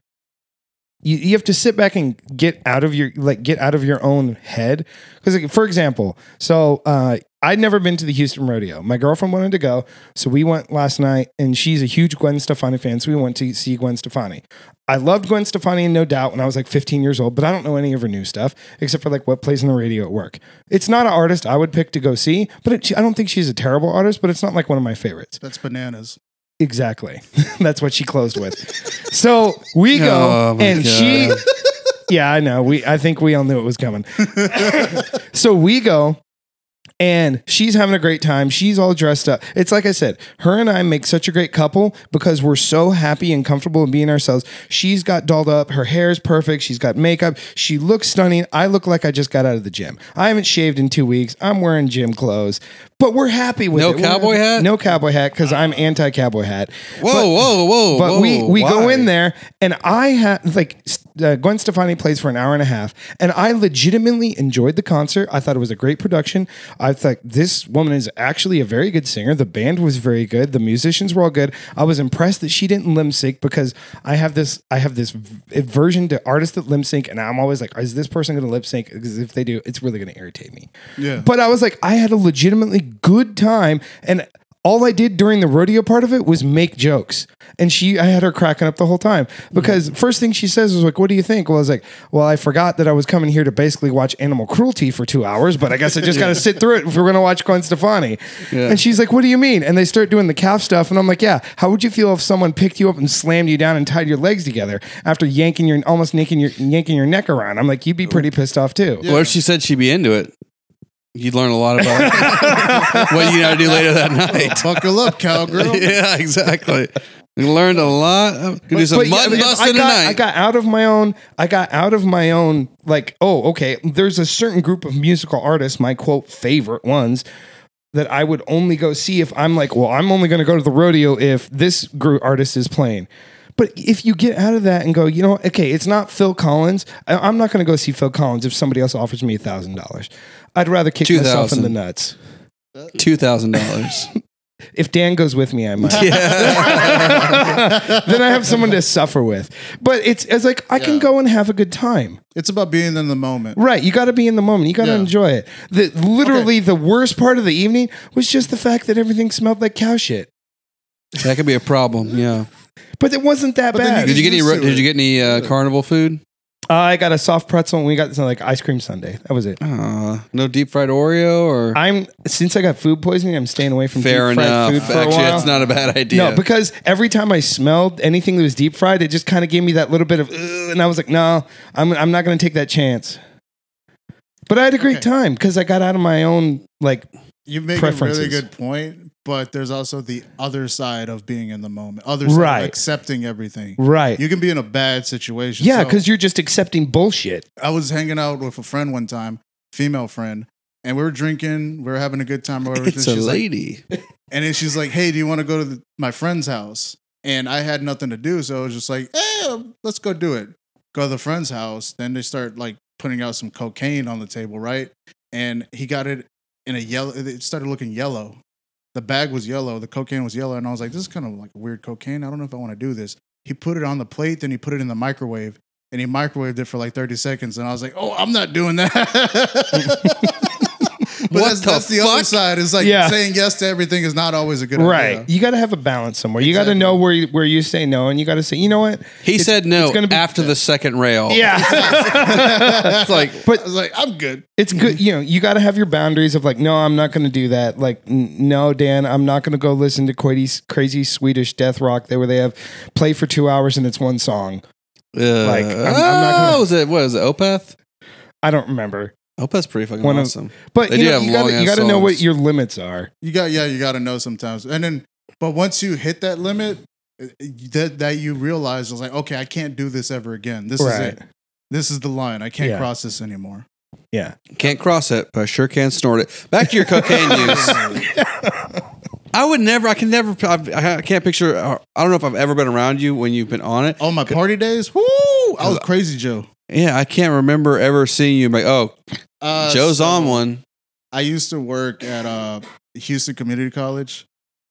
you, you have to sit back and get out of your like get out of your own head because like, for example so uh, i'd never been to the houston rodeo my girlfriend wanted to go so we went last night and she's a huge gwen stefani fan so we went to see gwen stefani i loved gwen stefani and no doubt when i was like 15 years old but i don't know any of her new stuff except for like what plays on the radio at work it's not an artist i would pick to go see but it, she- i don't think she's a terrible artist but it's not like one of my favorites That's bananas. Exactly. That's what she closed with. So we go Oh, my and God. she Yeah, I know. We I think we all knew it was coming. so we go and she's having a great time. She's all dressed up. It's like I said, her and I make such a great couple because we're so happy and comfortable in being ourselves. She's got dolled up. Her hair is perfect. She's got makeup. She looks stunning. I look like I just got out of the gym. I haven't shaved in two weeks. I'm wearing gym clothes, but we're happy with No it. We're- cowboy hat? No cowboy hat because I'm anti cowboy hat. Uh-huh. Whoa, whoa, whoa! But whoa, we we go why? in there, and I had like uh, Gwen Stefani plays for an hour and a half, and I legitimately enjoyed the concert. I thought it was a great production. I thought this woman is actually a very good singer. The band was very good. The musicians were all good. I was impressed that she didn't limp sync because I have this I have this v- aversion to artists that limp sync, and I'm always like, is this person going to lip sync? Because if they do, it's really going to irritate me. Yeah. But I was like, I had a legitimately good time, and all I did during the rodeo part of it was make jokes. And she, I had her cracking up the whole time because first thing she says was like, "What do you think?" Well, I was like, "Well, I forgot that I was coming here to basically watch animal cruelty for two hours, but I guess I just got to sit through it if we're going to watch Gwen Stefani." And she's like, "What do you mean?" And they start doing the calf stuff, and I'm like, "Yeah, how would you feel if someone picked you up and slammed you down and tied your legs together after yanking your almost yanking your yanking your neck around?" I'm like, "You'd be pretty pissed off too." Well, if she said she'd be into it, you'd learn a lot about what you gotta do later that night. Buckle up, cowgirl. yeah, exactly. You learned a lot. Of, could do some But yeah, mud if I busting got, tonight. I got out of my own. I got out of my own. Like, oh, okay. There's a certain group of musical artists, my quote favorite ones, that I would only go see if I'm like, well, I'm only going to go to the rodeo if this group artist is playing. But if you get out of that and go, you know, okay, it's not Phil Collins. I- I'm not going to go see Phil Collins if somebody else offers me a thousand dollars. I'd rather kick myself in 2,000. the nuts. Two thousand dollars. If Dan goes with me, I might. then I have someone to suffer with. But it's, it's like I can Yeah. go and have a good time. It's about being in the moment. Right. You got to be in the moment. You got to Yeah. enjoy it. The, literally, the worst part of the evening was just the fact that everything smelled like cow shit. That could be a problem. Yeah. But it wasn't that But then bad. you Did you get any? Used ro- to Did it. you get any uh, carnival food? uh, I got a soft pretzel and we got some like ice cream sundae. That was it. Oh. Uh, no deep fried Oreo or I'm since I got food poisoning, I'm staying away from fair deep fried enough. food for a Actually, while. that's not a bad idea. No, because every time I smelled anything that was deep fried, it just kind of gave me that little bit of, "Ugh," and I was like, no, I'm, I'm not going to take that chance. But I had a great Okay. time because I got out of my own, like, You make a really Preferences. good point, but there's also the other side of being in the moment. Other side Right. of accepting everything. right. You can be in a bad situation. yeah, So- because you're just accepting bullshit. I was hanging out with a friend one time, female friend, and we were drinking, we were having a good time. Or everything. it's a She's like, lady. and then she's like, "Hey, do you want to go to the, my friend's house?" And I had nothing to do, so I was just like, "Eh, let's go do it." Go to the friend's house. Then they start like putting out some cocaine on the table, right? And he got it in a yellow. It started looking yellow. The bag was yellow. The cocaine was yellow, and I was like, "This is kind of like weird cocaine. I don't know if I want to do this." He put it on the plate, then he put it in the microwave, and he microwaved it for like thirty seconds. And I was like, "Oh, I'm not doing that." but What that's, the that's the other fuck? side. It's like Yeah. saying yes to everything is not always a good Right. idea. You got to have a balance somewhere. You got to Exactly. know where you, where you say no, and you got to say, you know what? He It's- said no it's gonna be- after the second Oh. rail. Yeah. It's like But- I was like, I'm good. it's good you know you got to have your boundaries of like no i'm not going to do that like n- no dan i'm not going to go listen to crazy, crazy swedish death rock they where they have play for two hours and it's one song uh, like I'm not gonna- was it what is it Opeth? i don't remember Opeth's pretty fucking One of- awesome. but They you do know have you got long-ass you got to know what songs. your limits are You got yeah, you got to know sometimes. And then, but once you hit that limit, uh, that that you realize is like, okay, I can't do this ever again. This is right it. This is the line. I can't Yeah. cross this anymore. yeah Can't cross it, but I sure can snort it. Back to your cocaine use. I would never. I can never. I've, I can't picture. uh, I don't know if I've ever been around you when you've been on it. Oh, my party days. Woo! I was crazy, Joe. Yeah, I can't remember ever seeing you. and be Like, oh, Uh, Joe's so on one. I used to work at uh, Houston Community College,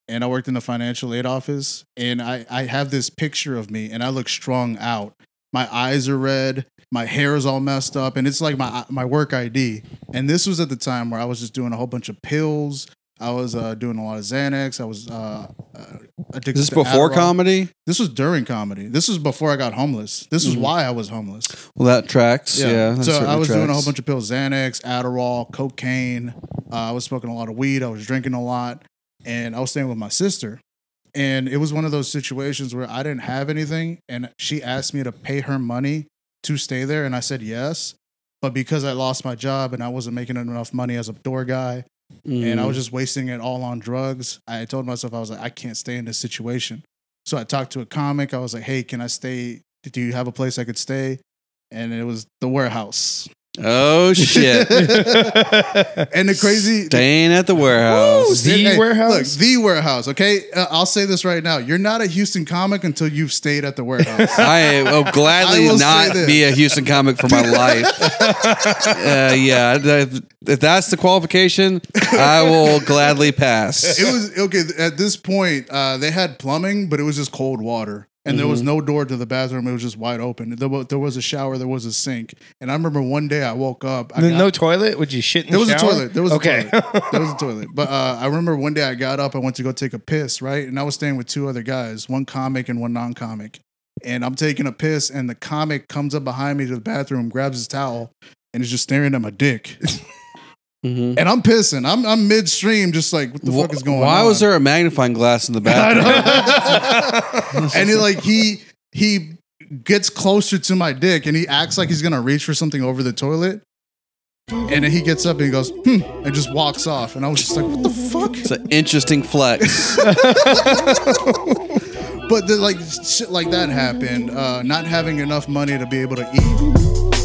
and I worked in the financial aid office. And I, I have this picture of me, and I look strung out. My eyes are red. My hair is all messed up, and it's like my my work ID. And this was at the time where I was just doing a whole bunch of pills. I was uh, doing a lot of Xanax. I was uh, uh, addicted. Is this to before Adderall. comedy? This was during comedy. This was before I got homeless. This was Mhm. why I was homeless. Well, that tracks. Yeah. that so I certainly was doing a tracks. whole bunch of pills: Xanax, Adderall, cocaine. Uh, I was smoking a lot of weed. I was drinking a lot, and I was staying with my sister. And it was one of those situations where I didn't have anything, and she asked me to pay her money to stay there, and I said yes. But because I lost my job and I wasn't making enough money as a door guy, and I Mm. was just wasting it all on drugs. I told myself I was like, I can't stay in this situation. So I talked to a comic. I was like, Hey, can I stay? Do you have a place I could stay? And it was the warehouse. Oh shit! And the crazy Staying at the Woo! warehouse. The warehouse? Look, the warehouse. Okay, uh, I'll say this right now: you're not a Houston comic until you've stayed at the warehouse. I will gladly I will say not this. be a Houston comic for my life. uh, yeah, if, if that's the qualification, I will gladly pass. it was okay at this point. Uh, they had plumbing, but it was just cold water, and there was Mm-hmm. no door to the bathroom. It was just wide open. There was, there was a shower. There was a sink, and I remember one day I woke up. I got- no toilet would you shit in the There was a shower? toilet. There was okay a toilet. There was a toilet. But uh, I remember one day I got up. I went to go take a piss, right? And I was staying with two other guys, one comic and one non-comic. And I'm taking a piss, and the comic comes up behind me to the bathroom, grabs his towel, and is just staring at my dick. Mhm. And I'm pissing. I'm I'm midstream, just like what the fuck is going Why on? was there a magnifying glass in the bathroom? I know. and he like he he gets closer to my dick and he acts like he's gonna reach for something over the toilet. And then he gets up and he goes, hmm, and just walks off. And I was just like, what the fuck? It's an interesting flex. But then, like shit like that happened. Uh, not having enough money to be able to eat.